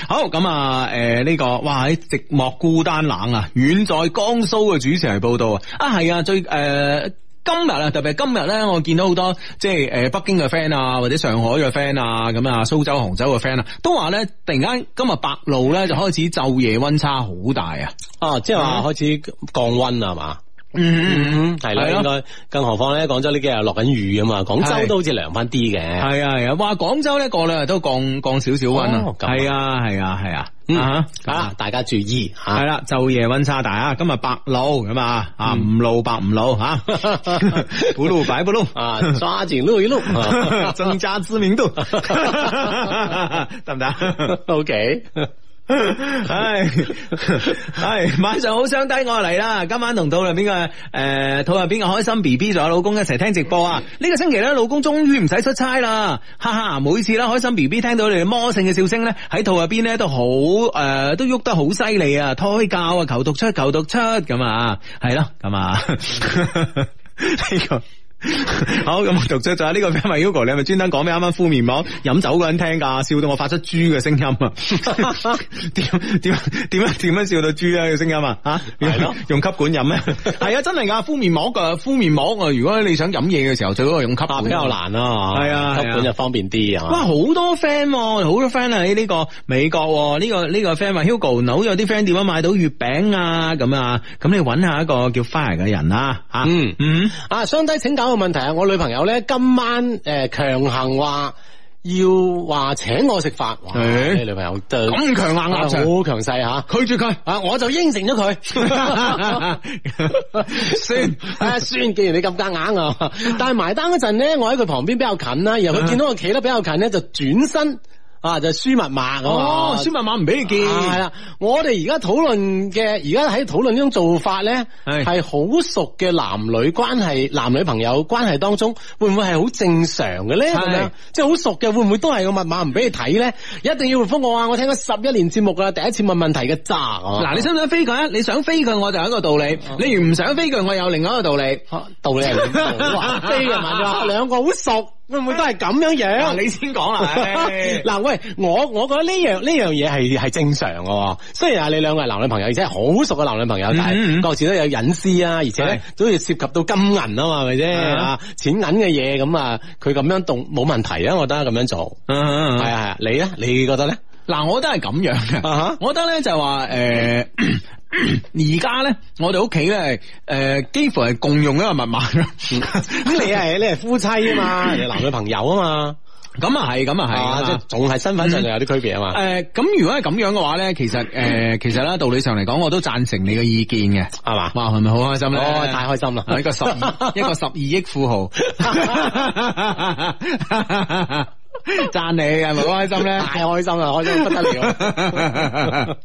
Speaker 1: 吓，好咁啊，诶、呢、個，个，哇喺寂寞孤單冷啊，遠在江蘇嘅主持嚟報道啊，啊係啊，最诶。呃今日啊，特別係今日咧，我見到好多即係诶北京嘅 friend 啊，或者上海嘅 friend 啊，咁啊蘇州、杭州嘅 friend 啊，都話咧，突然間今日白露咧就開始晝夜温差好大啊！
Speaker 3: 哦，即係話開始降温啦，係嘛？嗯，系啦，
Speaker 1: 係咯
Speaker 3: 應該，更何況咧，廣州呢幾日落緊雨啊嘛，廣
Speaker 1: 係
Speaker 3: 州都好似涼翻啲嘅。
Speaker 1: 係啊係啊，哇！廣州咧過兩日都降降少少温啊
Speaker 3: 哦，咁啊
Speaker 1: 係啊係啊係啊，
Speaker 3: 嗯
Speaker 1: 啊哈
Speaker 3: 啊，大家注意啊吓
Speaker 1: 系。啦，昼夜温差大啊！今日白露咁啊，啊唔露白唔露吓，不露白不露，
Speaker 3: 啊，抓紧录一录。
Speaker 1: 增加知名度，得唔 得？
Speaker 3: O K，
Speaker 1: 唉唉，晚上好相低我嚟啦！今晚同肚入边嘅诶肚入边嘅开心 B B 仲有老公一齊聽直播啊！呢、個星期咧，老公終於唔使出差啦，哈哈！每次咧開心 B B 聽到你哋魔性嘅笑聲咧，喺肚入邊咧都好诶、呃都喐得好犀利啊！胎教啊，求讀出，求讀出咁啊，係咯咁啊，呢、個。 好咁，啊我讀出咗呢個 friend 話 Hugo，你係咪專登講俾啱啱敷面膜飲酒嗰人聽㗎？笑到我發出豬嘅聲音啊！ 點點點樣點樣笑到豬啊嘅聲音啊？吓
Speaker 3: 係咯
Speaker 1: 用吸管飲 咩？係啊，真係㗎，敷面膜㗎，敷面膜啊！如果你想飲嘢嘅時候，最好係用吸
Speaker 3: 啊
Speaker 1: 管。
Speaker 3: 比較難啊，
Speaker 1: 係啊
Speaker 3: 吸
Speaker 1: 係啊
Speaker 3: 管就方便啲
Speaker 1: 哇，
Speaker 3: 啊。
Speaker 1: 好多 friend，喎好多 friend 喺呢個美國喎，呢、個呢、個 friend 話 Hugo，紐約啲 friend 點樣買到月餅啊？咁啊，咁你揾下一個叫 Fire 嘅人啦，吓、
Speaker 3: 嗯
Speaker 1: 嗯，
Speaker 3: 啊，相低請教個問題啊，我女朋友咧今晚诶強行話要話請我食飯，哇！
Speaker 1: 誒
Speaker 3: 你女朋友都
Speaker 1: 咁強硬立場，
Speaker 3: 好強啊勢吓。
Speaker 1: 拒絕 佢。
Speaker 3: 啊！我就應承咗 佢，
Speaker 1: 算
Speaker 3: 啊算，既然你咁夾硬啊，但係埋單嗰陣咧，我喺佢旁邊比較近啦，然後
Speaker 1: 啊
Speaker 3: 佢見到我企得比較近咧，就轉身啊，就輸密碼咁啊
Speaker 1: 哦，舒密碼唔俾你見，
Speaker 3: 啊係啦，我哋而家討論嘅，而家喺討論呢種做法咧，
Speaker 1: 係
Speaker 3: 係好熟嘅男女關係、男女朋友關係當中，會唔會係好正常嘅咧？
Speaker 1: 係
Speaker 3: 咁樣即係好熟嘅，會唔會都係個密碼唔俾你睇咧？一定要回覆我啊！我聽咗十一年節目啦，第一次問問題嘅咋嗱，
Speaker 1: 嗱，你想唔想飛佢啊？你想飛佢，我就有一個道理；你如唔想飛佢，我有另外一個道理。
Speaker 3: 啊道理係咁做啊飛啊嘛，你話兩個好熟，會唔會都係咁樣樣？
Speaker 1: 哎嗱，你先講 啦。唉
Speaker 3: 嗱，喂，我我覺得呢樣呢樣嘢係係正常嘅喎。雖然啊，你兩個係男女朋友，而且係好熟嘅男女朋友，但
Speaker 1: 嗯嗯
Speaker 3: 係各自都有隱私啊，而且咧都要涉及到金銀啊嘛，係咪
Speaker 1: 係
Speaker 3: 啫？
Speaker 1: 啊
Speaker 3: 啊，錢銀嘅嘢咁啊，佢咁樣動冇問題啊，我覺得咁樣做
Speaker 1: 嗯嗯嗯
Speaker 3: 係啊係啊，你咧你覺得咧？
Speaker 1: 嗱，我覺得係咁樣嘅。
Speaker 3: 啊哈
Speaker 1: 我覺得咧就係話誒。 而家咧，我哋屋企咧，誒、幾乎係共用一個密碼嘅。
Speaker 3: 咁 你係你係夫妻啊嘛， 你係男女朋友啊嘛，
Speaker 1: 咁啊係，咁啊係，
Speaker 3: 啊
Speaker 1: 咁
Speaker 3: 即
Speaker 1: 啊
Speaker 3: 係仲係身份上就有啲區 別啊嘛，
Speaker 1: 誒咁、如果係咁樣嘅話咧，其實誒、呃其實咧道理上嚟講，我都贊成你嘅意見嘅。
Speaker 3: 係嘛？
Speaker 1: 哇，係咪好開心咧？
Speaker 3: 哦，太開心啦！
Speaker 1: 啊一個十一個十二億富豪，讚你係咪好開心咧？
Speaker 3: 太開心啦，啊開心得不得了。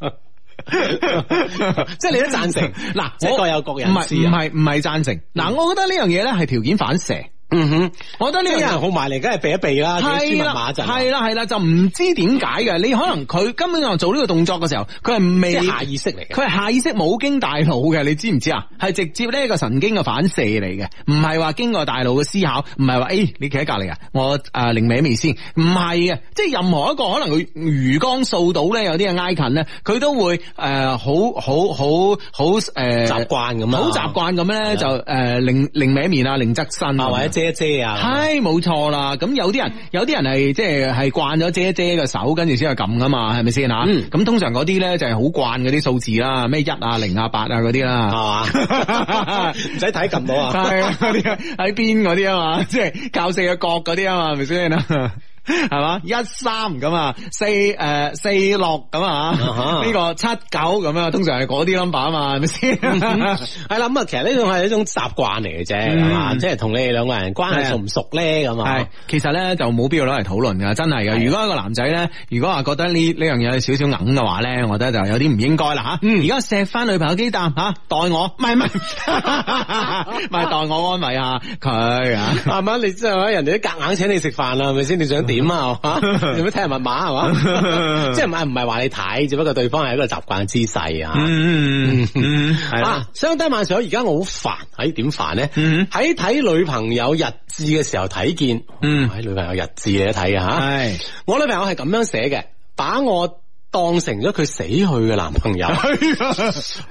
Speaker 3: 即係你都贊成
Speaker 1: 嗱，
Speaker 3: 即係
Speaker 1: 我
Speaker 3: 各有各人
Speaker 1: 唔係
Speaker 3: 私
Speaker 1: 唔
Speaker 3: 啊
Speaker 1: 係唔係贊成。嗱，我覺得呢樣嘢咧係條件反射。
Speaker 3: 嗯哼，
Speaker 1: 我覺得呢
Speaker 3: 呢啲
Speaker 1: 樣嘢
Speaker 3: 人好埋嚟，梗係避一避啦，自己
Speaker 1: 係
Speaker 3: 輸密
Speaker 1: 啦
Speaker 3: 碼，陣啊
Speaker 1: 係啦，係啦，就唔知點解嘅。你可能佢根本上做呢個動作嘅時候，佢係未
Speaker 3: 即係下意識嚟嘅。
Speaker 1: 佢係下意識冇經大腦嘅，你知唔知啊？係直接呢一個神經嘅反射嚟嘅，唔係話經過大腦嘅思考，唔係話誒你企喺隔離啊，我誒擰歪面先，唔係嘅，即係任何一個可能佢魚缸掃到咧，有啲嘅挨近咧，佢都會誒、呃好好好好誒、呃、
Speaker 3: 習慣咁啊
Speaker 1: 好習慣咁咧就誒擰擰歪面啊，擰側身
Speaker 3: 啊，
Speaker 1: 咁
Speaker 3: 或者遮一遮啊，
Speaker 1: 係冇錯啦，咁有
Speaker 3: 嗯
Speaker 1: 啲人有啲人係即係係慣咗遮遮個手，跟住先去撳噶嘛，係咪先吓？
Speaker 3: 嗯
Speaker 1: 咁、通常嗰啲咧就係好慣嗰啲數字啦，咩一啊、零啊、八啊嗰啲
Speaker 3: 係
Speaker 1: 啦。
Speaker 3: 嘛， 唔使睇撳到啊，
Speaker 1: 係啊嗰啲喺邊嗰啲啊嘛，即係靠四個角嗰啲啊嘛，係咪先 啊？系嘛，一三咁啊，四诶、呃四六咁啊，
Speaker 3: 哈
Speaker 1: 呢、個七九咁啊，通常係嗰啲 number 啊嘛，係咪先？
Speaker 3: 嗯係啦，咁啊，其實呢種係一種習慣嚟嘅啫，係嘛，
Speaker 1: 嗯
Speaker 3: 即係同你哋兩個人關
Speaker 1: 係啊
Speaker 3: 係熟唔熟咧咁
Speaker 1: 系
Speaker 3: 啊，，
Speaker 1: 其實咧就冇必要攞嚟討論噶，真係噶。
Speaker 3: 係
Speaker 1: 如果一個男仔咧，如果話覺得呢呢樣嘢有少少硬嘅話咧，我覺得就有啲唔應該啦吓。
Speaker 3: 嗯
Speaker 1: 而家錫翻女朋友幾啖吓，代我，唔係唔 係，唔係代我安慰下佢啊。啊
Speaker 3: 慢慢你即係話人哋都夾硬請你食飯啦，係咪先？你想點 啊？係嘛？你咪睇下密碼係嘛？即係唔係唔係話你睇，只不過對方係一個習慣姿勢啊。
Speaker 1: 嗯嗯嗯，系啦
Speaker 3: 啊，，相低晚上而家我好煩，啊喺點煩咧？
Speaker 1: 嗯
Speaker 3: 喺睇女朋友日誌嘅時候睇見，
Speaker 1: 嗯
Speaker 3: 喺女朋友日誌你都睇嘅吓。
Speaker 1: 系。
Speaker 3: 我女朋 友係咁樣寫嘅，把我當成咗佢死去嘅男朋 友。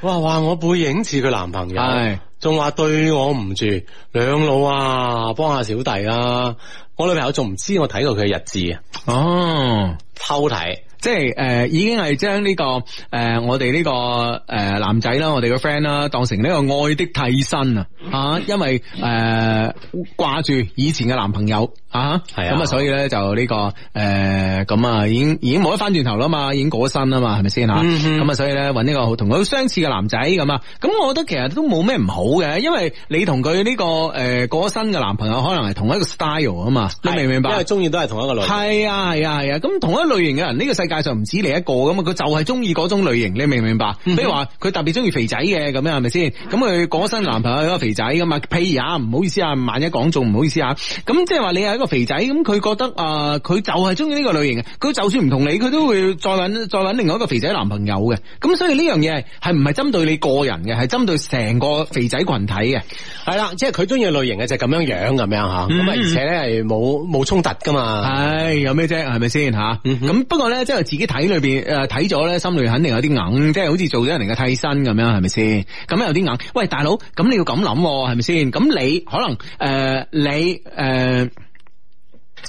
Speaker 3: 哇哇！我背影似佢男朋友，
Speaker 1: 係
Speaker 3: 仲話對我唔住，兩老啊，幫下小弟啊。我女朋友仲唔知我睇過佢嘅日誌啊，
Speaker 1: 哦，
Speaker 3: 偷睇。
Speaker 1: 即系诶、呃已經係將呢個诶、呃我哋呢、個个呃男仔啦，我哋個 friend 啦，當成呢個愛的替身啊，
Speaker 3: 嗯
Speaker 1: 啊，因為诶挂住以前嘅男朋友啊，
Speaker 3: 係啊
Speaker 1: 咁啊，所以咧就呢、個个诶咁啊，已經已经冇得翻轉頭啦嘛，已經過咗身啦嘛，係咪先吓？
Speaker 3: 嗯哼
Speaker 1: 咁啊、所以咧揾呢個好同佢好相似嘅男仔咁啊，咁我覺得其實都冇咩唔好嘅，因為你同佢呢個诶、呃、过咗身嘅男朋友可能係同一個 style 啊嘛，你明唔明白？
Speaker 3: 因為中意都係同一個女。
Speaker 1: 系啊系啊系啊，咁、同一類型嘅人，呢、個世界上唔止你一個噶嘛，佢就係中意嗰種類型，你明唔明白？
Speaker 3: 嗯
Speaker 1: 比如話佢特別中意肥仔嘅，咁樣係咪先？咁佢嗰身男朋友係一個肥仔噶嘛，譬如啊，唔好意思啊，萬一講中唔好意思啊，咁即係話你係一個肥仔，咁佢覺得啊，佢、就係中意呢個類型嘅，佢就算唔同你，佢都會再揾再揾另外一個肥仔男朋友嘅，咁所以呢樣嘢係係唔係針對你個人嘅，係針對成個肥仔群體嘅，
Speaker 3: 係啦，即係佢中意嘅類型嘅就係咁樣樣咁樣吓，
Speaker 1: 嗯
Speaker 3: 咁啊而且咧係冇冇衝突噶嘛，
Speaker 1: 唉，有咩啫？係咪先吓？咁、
Speaker 3: 嗯哼
Speaker 1: 不過咧，即係自己睇裏边诶睇咗咧，心裏肯定有啲硬，即係好似做咗人哋嘅替身咁樣，係咪先？咁有啲硬。喂，大佬，咁你要咁諗喎，係咪先？咁你可能诶、呃你诶。呃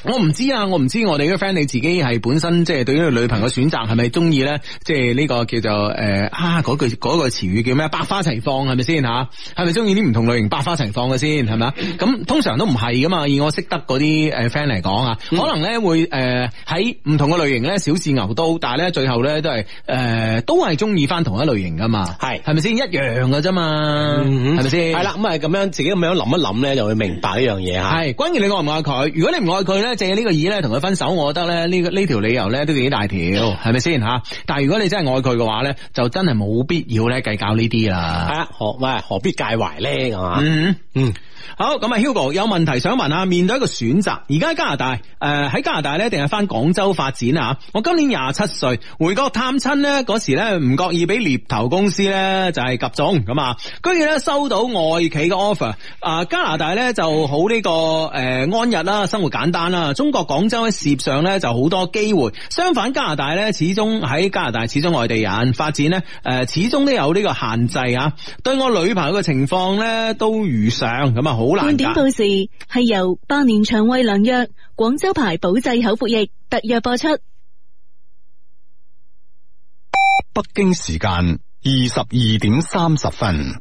Speaker 1: 我唔知啊，我唔知我哋嘅 friend 你自己係本身即係對於女朋友選擇係咪中意咧？即係呢個叫做诶、呃啊嗰句嗰個詞語叫咩？百花齊放係咪先吓？係咪中意啲唔同類型百花齊放嘅先係咪啊？咁通常都唔係噶嘛，以我識得嗰啲诶 friend 嚟講啊，可能咧會诶喺唔同嘅類型咧小試牛刀，但係咧最後咧都係诶、呃都係中意翻同一類型噶嘛，
Speaker 3: 係
Speaker 1: 係咪先一樣嘅啫嘛？
Speaker 3: 嗯
Speaker 1: 係咪先？
Speaker 3: 係啦，咁啊咁樣自己咁樣諗一諗咧，就會明白呢樣嘢吓。
Speaker 1: 系，關鍵你愛唔愛佢。如果你唔愛佢咧，借呢個耳咧同佢分手，我覺得咧呢個呢条理由咧都幾 大條，係咪先吓？但系如果你真係愛佢嘅話咧，就真係冇必要咧計較呢啲
Speaker 3: 係
Speaker 1: 啦。
Speaker 3: 啊，何喂何必介懷咧咁啊？
Speaker 1: 嗯。
Speaker 3: 嗯，
Speaker 1: 好咁啊，Hugo 有問題想問下，面對一個選擇，而家喺加拿大，誒、呃喺加拿大咧，定係翻廣州發展啊？我今年廿七歲，回國探親咧嗰時咧，唔覺意俾獵頭公司咧就係及中咁啊，居然咧收到外企嘅 offer，啊加拿大咧就好呢、個誒、安逸啦，生活簡單啦，中國廣州喺事業上咧就好多機會，相反加拿大咧始終喺加拿大始終外地人發展咧，誒、始終都有呢個限制啊，對我女朋友嘅情況咧都如上咁啊，好難
Speaker 4: 半
Speaker 1: 㗎
Speaker 4: 点報時係由百年腸胃良藥廣州牌保濟口服液特約播出。
Speaker 7: 北京時間二十二點三十分。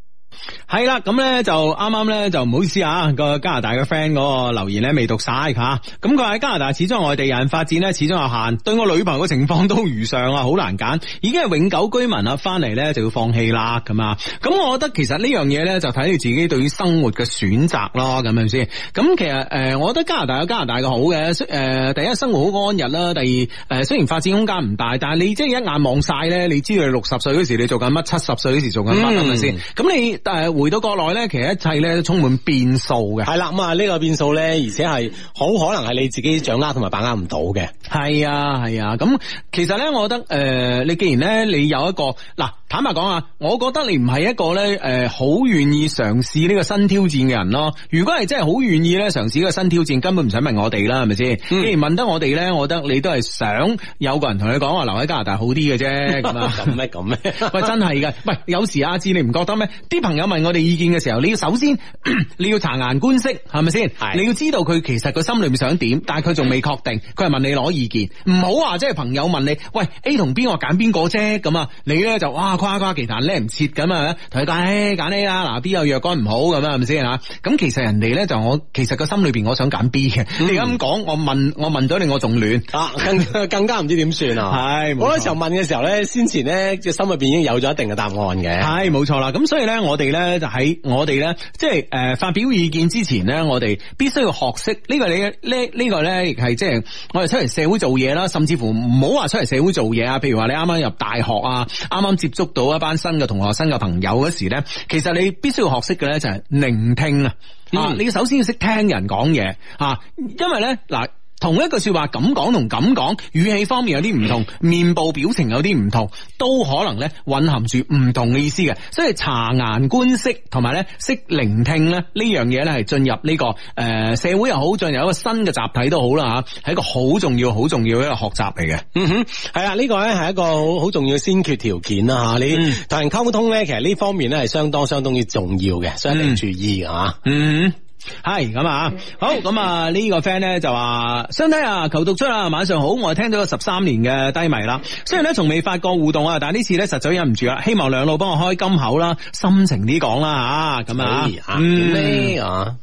Speaker 1: 系啦，咁咧就啱啱咧就唔好意思啊，个加拿大嘅 friend 嗰個留言咧未讀晒吓，咁佢喺加拿大始終外地人發展咧始終有限，對我女朋友嘅情況都如上啊，好難揀，已經係永久居民啦，翻嚟咧就要放棄啦咁啊，咁我覺得其實呢樣嘢咧就睇你自己對於生活嘅選擇咯，咁樣先，咁其實诶、呃我覺得加拿大有加拿大嘅好嘅，雖呃第一生活好安逸啦，第二诶、呃、雖然發展空間唔大，但係你即係一眼望晒咧，你知道你六十歲嗰時你做緊乜，七十歲嗰時做緊乜，係咪先？咁你但係回到國內咧，其實一切咧都充滿變數嘅。
Speaker 3: 係啦，咁啊呢個變數咧，而且係好可能係你自己掌握同埋把握唔到嘅。
Speaker 1: 係啊，係啊。咁其實咧，我覺得诶、呃你既然咧你有一個嗱，坦白講啊，我覺得你唔係一個咧诶好願意嘗試呢個新挑戰嘅人咯。如果係真係好願意咧嘗試呢個新挑戰，根本唔使問我哋啦，係咪先？既然問得我哋咧，我覺得你都係想有個人同你講話留喺加拿大好啲嘅啫，咁啊。
Speaker 3: 咁咩咁咩？
Speaker 1: 喂，真係嘅，喂，有時阿志你唔覺得咩？啲朋友問我哋意見嘅時候，你要首先 你要察言觀色，係咪先？
Speaker 3: 係
Speaker 1: 你要知道佢其實佢心裏面想點，但係佢仲未確定，佢係問你攞意見，唔好話即係朋友問你，喂 A 同 B 我揀邊個啫咁啊？你咧就哇夸夸其談叻唔切咁啊，同佢講唉揀 A 啦，嗱 B 有若干唔好咁啊，係咪先吓？咁其實人哋咧就我其實個心裏邊我想揀 B 嘅，你咁講我問我問咗你我仲亂。
Speaker 3: 啊，更更加唔知點算啊！
Speaker 1: 係冇錯
Speaker 3: 好多時候問嘅時候咧，先前咧隻心入邊已經有咗一定嘅答案嘅。
Speaker 1: 系冇错啦，咁所以咧，我哋咧就喺我哋咧，即系诶、呃发表意見之前咧，我哋必須要學識呢、個你呢呢個咧，亦係即係我哋出嚟社會做嘢啦，甚至乎唔好話出嚟社會做嘢啊，譬如話你啱啱入大學啊，啱啱接觸到一班新嘅同學、新嘅朋友嗰時咧，其實你必須要學識嘅咧就係聆聽啊，啊，你首先要識聽人講嘢啊，因為咧嗱。同一句说話咁講同咁講，語氣方面有啲唔同，面部表情有啲唔同，都可能咧蕴含住唔同嘅意思嘅。所以察言觀色同埋咧識聆聽咧呢樣嘢咧係進入呢、個誒社會又好，進入一個新嘅集體都好啦啊吓，係一個好重要、好重要嘅一個學習嚟嘅。
Speaker 3: 嗯哼，系啊，呢個咧係一個好好重要嘅先決條件啦
Speaker 1: 嗯
Speaker 3: 吓。你同人溝通咧，其實呢方面咧係相當相當之重要嘅，所以一定要注意啊。
Speaker 1: 嗯。系咁啊，好咁啊呢個 friend 咧就話：相睇啊，求讀出啊，晚上好，我聽到個十三年嘅低迷啦。雖然咧從未發過互動啊，但呢次咧實在忍唔住啊啦，希望兩老幫我開金口啦，深情啲講啦吓，咁啊
Speaker 3: 哎呀，
Speaker 1: 嗯
Speaker 3: 點咧啊？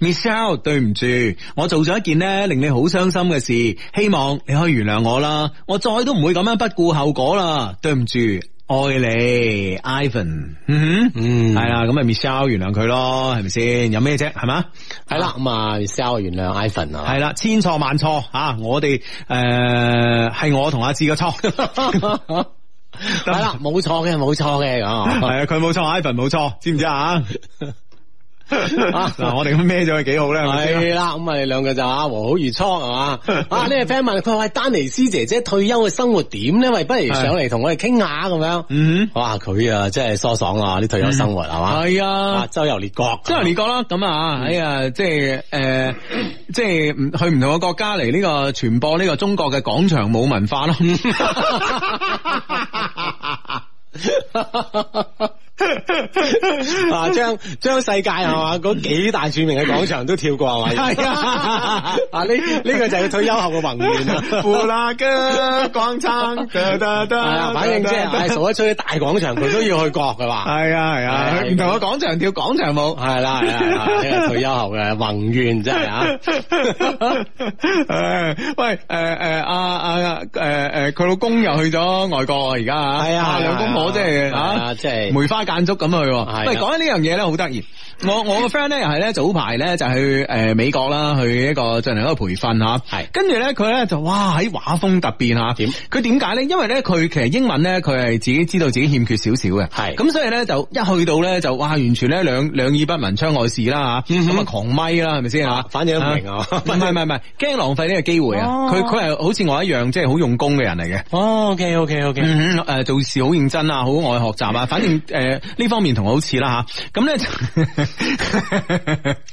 Speaker 1: Michelle，對唔住，我做咗一件咧令你好傷心嘅事，希望你可以原諒我啦，我再都唔會咁樣不顧後果啦，對唔住。愛你，Ivan，嗯哼，
Speaker 3: 嗯
Speaker 1: 係啦，咁咪 Michelle 原諒佢咯，係咪先？有咩啫，係嘛？
Speaker 3: 係啦，咁啊，sell 原諒 Ivan 啊。
Speaker 1: 系啦，千錯萬錯啊！我哋诶系我同阿志嘅 錯，
Speaker 3: 系啦，冇錯嘅，冇錯嘅
Speaker 1: 係
Speaker 3: 啊。
Speaker 1: 啊，佢冇錯 i v a n 冇錯，知唔知 啊？嗱，我哋咁孭咗佢幾好咧，係咪
Speaker 3: 系
Speaker 1: 先
Speaker 3: 啦，咁啊，你兩個就啊和好如初係 嘛？啊，呢個 friend 問佢喂丹尼斯姐姐退休嘅生活點咧？喂，不如上嚟同我哋傾下咁樣。
Speaker 1: 嗯
Speaker 3: 哇，佢啊真係疏爽啦，啲退休生活係嘛？
Speaker 1: 哼，系
Speaker 3: 啊，
Speaker 1: 啊。
Speaker 3: 周遊列 國，
Speaker 1: 周遊列國啦，咁啊，哎呀，即係诶，即係唔去唔同嘅國家嚟呢個傳播呢個中國嘅廣場舞文 化咯。
Speaker 3: 啊，將將世界係嘛嗰幾大著名嘅廣場都跳過 係嘛？
Speaker 1: 係啊
Speaker 3: 啊呢呢個就係佢退休後嘅宏啊 願啦。
Speaker 1: 布拉格廣場，得得
Speaker 3: 係啊，反正即係唉數一出啲大廣場，佢都要去過 嘅話。
Speaker 1: 係啊係啊，去唔同嘅廣場跳廣場舞
Speaker 3: 系。啦系啦，係啦呢個退休後嘅宏願真係啊！
Speaker 1: 唉喂，呃啊诶诶，阿阿诶诶，呃佢老公又去咗外國啊，而家啊，
Speaker 3: 係啊係啊
Speaker 1: 兩公婆即係
Speaker 3: 係啊
Speaker 1: 啊，
Speaker 3: 即係
Speaker 1: 梅花間竹咁去喎。
Speaker 3: 係啊
Speaker 1: 喂，講起呢樣嘢咧，好得意。我我個 friend 咧又係咧早排咧就去诶美國啦，去一個進行一個培訓吓，
Speaker 3: 係
Speaker 1: 跟住咧佢咧就哇喺畫風突變吓，
Speaker 3: 點
Speaker 1: 佢點解咧？因為咧佢其實英文咧佢係自己知道自己欠缺少少嘅，
Speaker 3: 係
Speaker 1: 咁所以咧就一去到咧就哇完全咧兩兩耳不聞窗外事啦吓，咁啊狂咪啦係咪先吓？
Speaker 3: 反正都唔明嗯啊
Speaker 1: 唔係唔係唔係，驚浪費呢個機會啊！佢佢係好似我一樣，即係好用功嘅人嚟嘅。
Speaker 3: 哦，OK OK OK，
Speaker 1: 嗯哼，诶，做事好認真啊，好愛學習
Speaker 3: 嗯
Speaker 1: 啊，反正诶呢方面同我好似啦吓， 咁咧就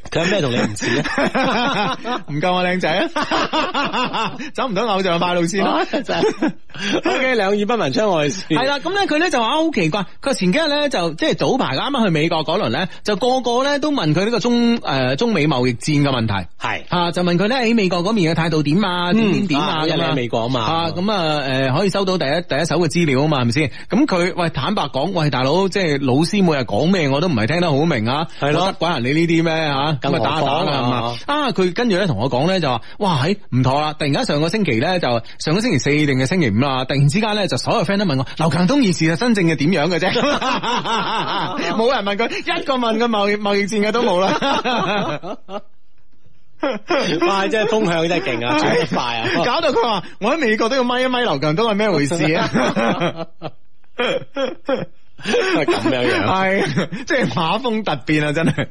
Speaker 3: 佢有咩同你唔似咧？
Speaker 1: 唔夠我靚仔 啊，走唔到偶像派路線啊。
Speaker 3: 哦真係 OK，兩耳不聞窗外事。
Speaker 1: 系啦，咁咧佢咧就話啊好奇怪，佢話前幾日咧就即係早排啱啱去美國嗰輪咧，就個個咧都問佢呢個中诶、呃中美貿易戰嘅問題。
Speaker 3: 係，
Speaker 1: 啊，就問佢咧喺美國嗰邊嘅態度點啊，點點點
Speaker 3: 啊
Speaker 1: 啊，
Speaker 3: 因為
Speaker 1: 咁
Speaker 3: 你喺
Speaker 1: 啊
Speaker 3: 美國啊嘛
Speaker 1: 啊咁啊誒可以收到第一第一手嘅資料啊嘛，係咪先？咁佢喂坦白講，喂大佬，即係老師每日講咩我都唔係聽得好明啊，
Speaker 3: 係咯
Speaker 1: 我得鬼人你呢啲咩嚇？
Speaker 3: 更
Speaker 1: 咁啊打打
Speaker 3: 何況
Speaker 1: 啦係嘛
Speaker 3: 啊
Speaker 1: 啊！佢跟住咧同我講咧就話，哇喺唔妥啊啦！突然間上個星期咧就上個星期四定係星期五啦，突然之間咧就所有 friend 都問我劉強東件事係真正嘅點樣 嘅啫，冇人問佢，一個問佢貿易貿易戰嘅都冇啦。
Speaker 3: 哇！真係風向真係勁啊，轉得快啊！
Speaker 1: 哎搞到佢話：我喺美國都要咪一咪劉強東係咩回事啊？
Speaker 3: 咁樣樣
Speaker 1: 係即係畫風突變啊！真係，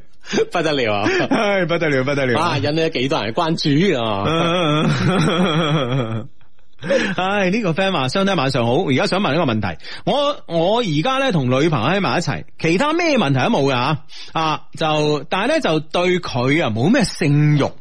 Speaker 3: 不得了啊！
Speaker 1: 唉，不得了，不得了。
Speaker 3: 啊，引起幾多人嘅關注啊！
Speaker 1: 嗯唉，呢、個 friend 話，相低晚上好，而家想問一個問題，我我而家咧同女朋友喺埋一齊，其他咩問題都冇噶吓，啊就但係咧就對佢啊冇咩性慾，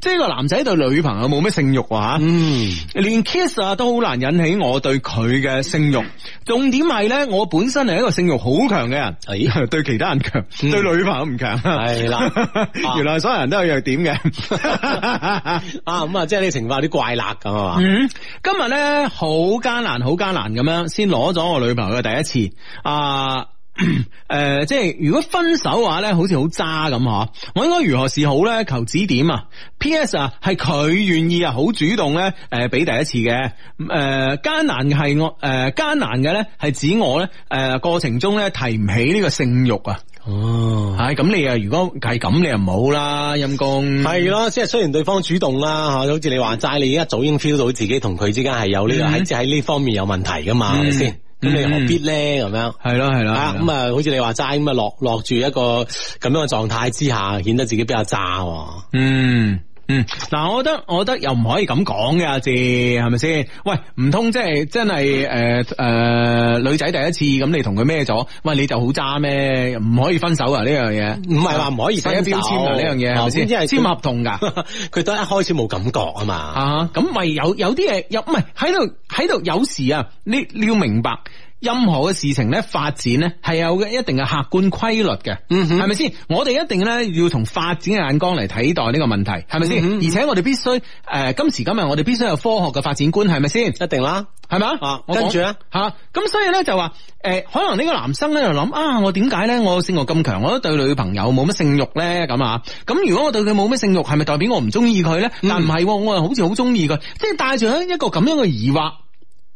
Speaker 1: 即係個男仔對女朋友冇咩性慾啊吓。
Speaker 3: 嗯，
Speaker 1: 連 kiss 啊都好難引起我對佢嘅性慾。重點係咧，我本身係一個性慾好強嘅人，
Speaker 3: 咦
Speaker 1: 對其他人強，
Speaker 3: 哎嗯
Speaker 1: 對女朋友唔強。
Speaker 3: 係啦啊
Speaker 1: 原來所有人都有弱點嘅。
Speaker 3: 啊咁啊，即係呢個情況有啲怪辣咁啊嘛。
Speaker 1: 嗯，今日咧好艱難，好艱難咁樣先攞咗我女朋友嘅第一次啊。 誒、即係如果分手嘅話咧，好似好渣咁嗬。我應該如何是好咧？求指點啊！P.S. 啊，係佢願意啊，好主動咧，誒、俾第一次嘅。誒、呃艱難嘅係我，誒、呃艱難嘅咧係指我咧，誒、過程中咧提唔起呢個性慾啊。
Speaker 3: 哦。
Speaker 1: 係咁、你啊，如果係咁，你又唔好啦，陰公。
Speaker 3: 係咯，即係雖然對方主動啦，吓，好似你話齋，你一早已經 feel 到自己同佢之間係有呢個
Speaker 1: 嗯
Speaker 3: 喺即係喺呢方面有問題噶嘛，係咪先？咁你何必咧咁樣？
Speaker 1: 係咯係咯，係
Speaker 3: 啊，
Speaker 1: 咯
Speaker 3: 咁啊，好似你話齋咁啊，落落住一個咁樣嘅狀態之下，顯得自己比較渣喎。
Speaker 1: 嗯，嗯，嗱，我覺得我覺得又唔可以咁講嘅，阿志係咪先？喂，唔通即係真係诶诶女仔第一次咁，你同佢咩咗？喂，你就好渣咩？唔可以分手啊！呢樣嘢
Speaker 3: 唔係話唔可以
Speaker 1: 寫
Speaker 3: 分手
Speaker 1: 標籤啊！呢樣嘢係咪
Speaker 3: 啊
Speaker 1: 先？
Speaker 3: 因為佢
Speaker 1: 簽合同㗎。
Speaker 3: 佢都一開始冇感覺啊嘛，
Speaker 1: 啊，咁咪有有啲嘢有唔係喺度喺度有時啊，你你要明白。任何嘅事情咧，發展咧係有嘅一定嘅客觀規律嘅，
Speaker 3: 嗯
Speaker 1: 係咪先？我哋一定咧要從發展嘅眼光嚟睇待呢個問題，係咪
Speaker 3: 嗯
Speaker 1: 先？而且我哋必須誒、呃今時今日我哋必須有科學嘅發展觀，係咪先？
Speaker 3: 一定啦。
Speaker 1: 係咪
Speaker 3: 啊
Speaker 1: 我講
Speaker 3: 跟住咧
Speaker 1: 吓，咁、所以咧就話诶、可能呢個男生咧就諗啊，我點解咧我性慾咁強，我都對女朋友冇乜性慾咧咁啊？咁如果我對佢冇乜性慾，係咪代表我唔中意佢咧？但唔係喎，我又好似好中意佢，即係帶住一個咁樣嘅疑惑。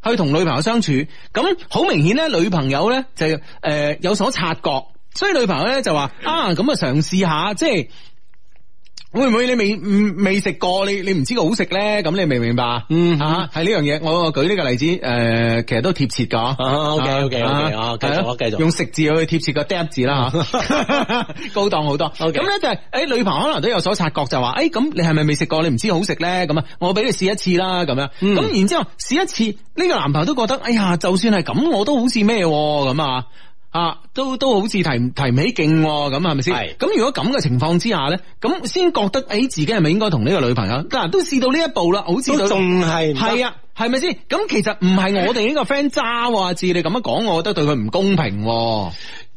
Speaker 1: 去同女朋友相處，咁好明顯咧，女朋友咧就诶、呃有所察覺，所以女朋友咧就話啊，咁啊嘗試下，即係會唔會你未唔未食過，你你唔知佢好食咧？咁你明唔明白？啊
Speaker 3: 嗯
Speaker 1: 吓係呢樣嘢，我我舉呢個例子，诶、其實都貼切噶。
Speaker 3: 啊，OK，OK，OK，啊繼續啊
Speaker 1: 係咯
Speaker 3: 繼續
Speaker 1: 用食字去貼切個 d e 字啦吓， 高檔好多。咁
Speaker 3: OK
Speaker 1: 咧就係，诶，女朋友可能都有所察覺，就話，诶，咁你係咪未食過？你唔知好食咧？咁啊，我俾你試一次啦，咁樣。
Speaker 3: 嗯
Speaker 1: 咁然之後試一次，呢個男朋友都覺得，哎呀，就算係咁，我都好似咩喎咁啊。啊，都都好似提唔提唔起勁喎，咁啊係咪先？
Speaker 3: 係
Speaker 1: 咁如果咁嘅情況之下咧，咁先覺得誒、自己係咪應該同呢個女朋友嗱都試到呢一步啦，好似
Speaker 3: 都仲係唔得
Speaker 1: 係啊，係咪先？咁其實唔係我哋呢個 friend 渣喎，阿志你咁樣講，我覺得對佢唔公平喎。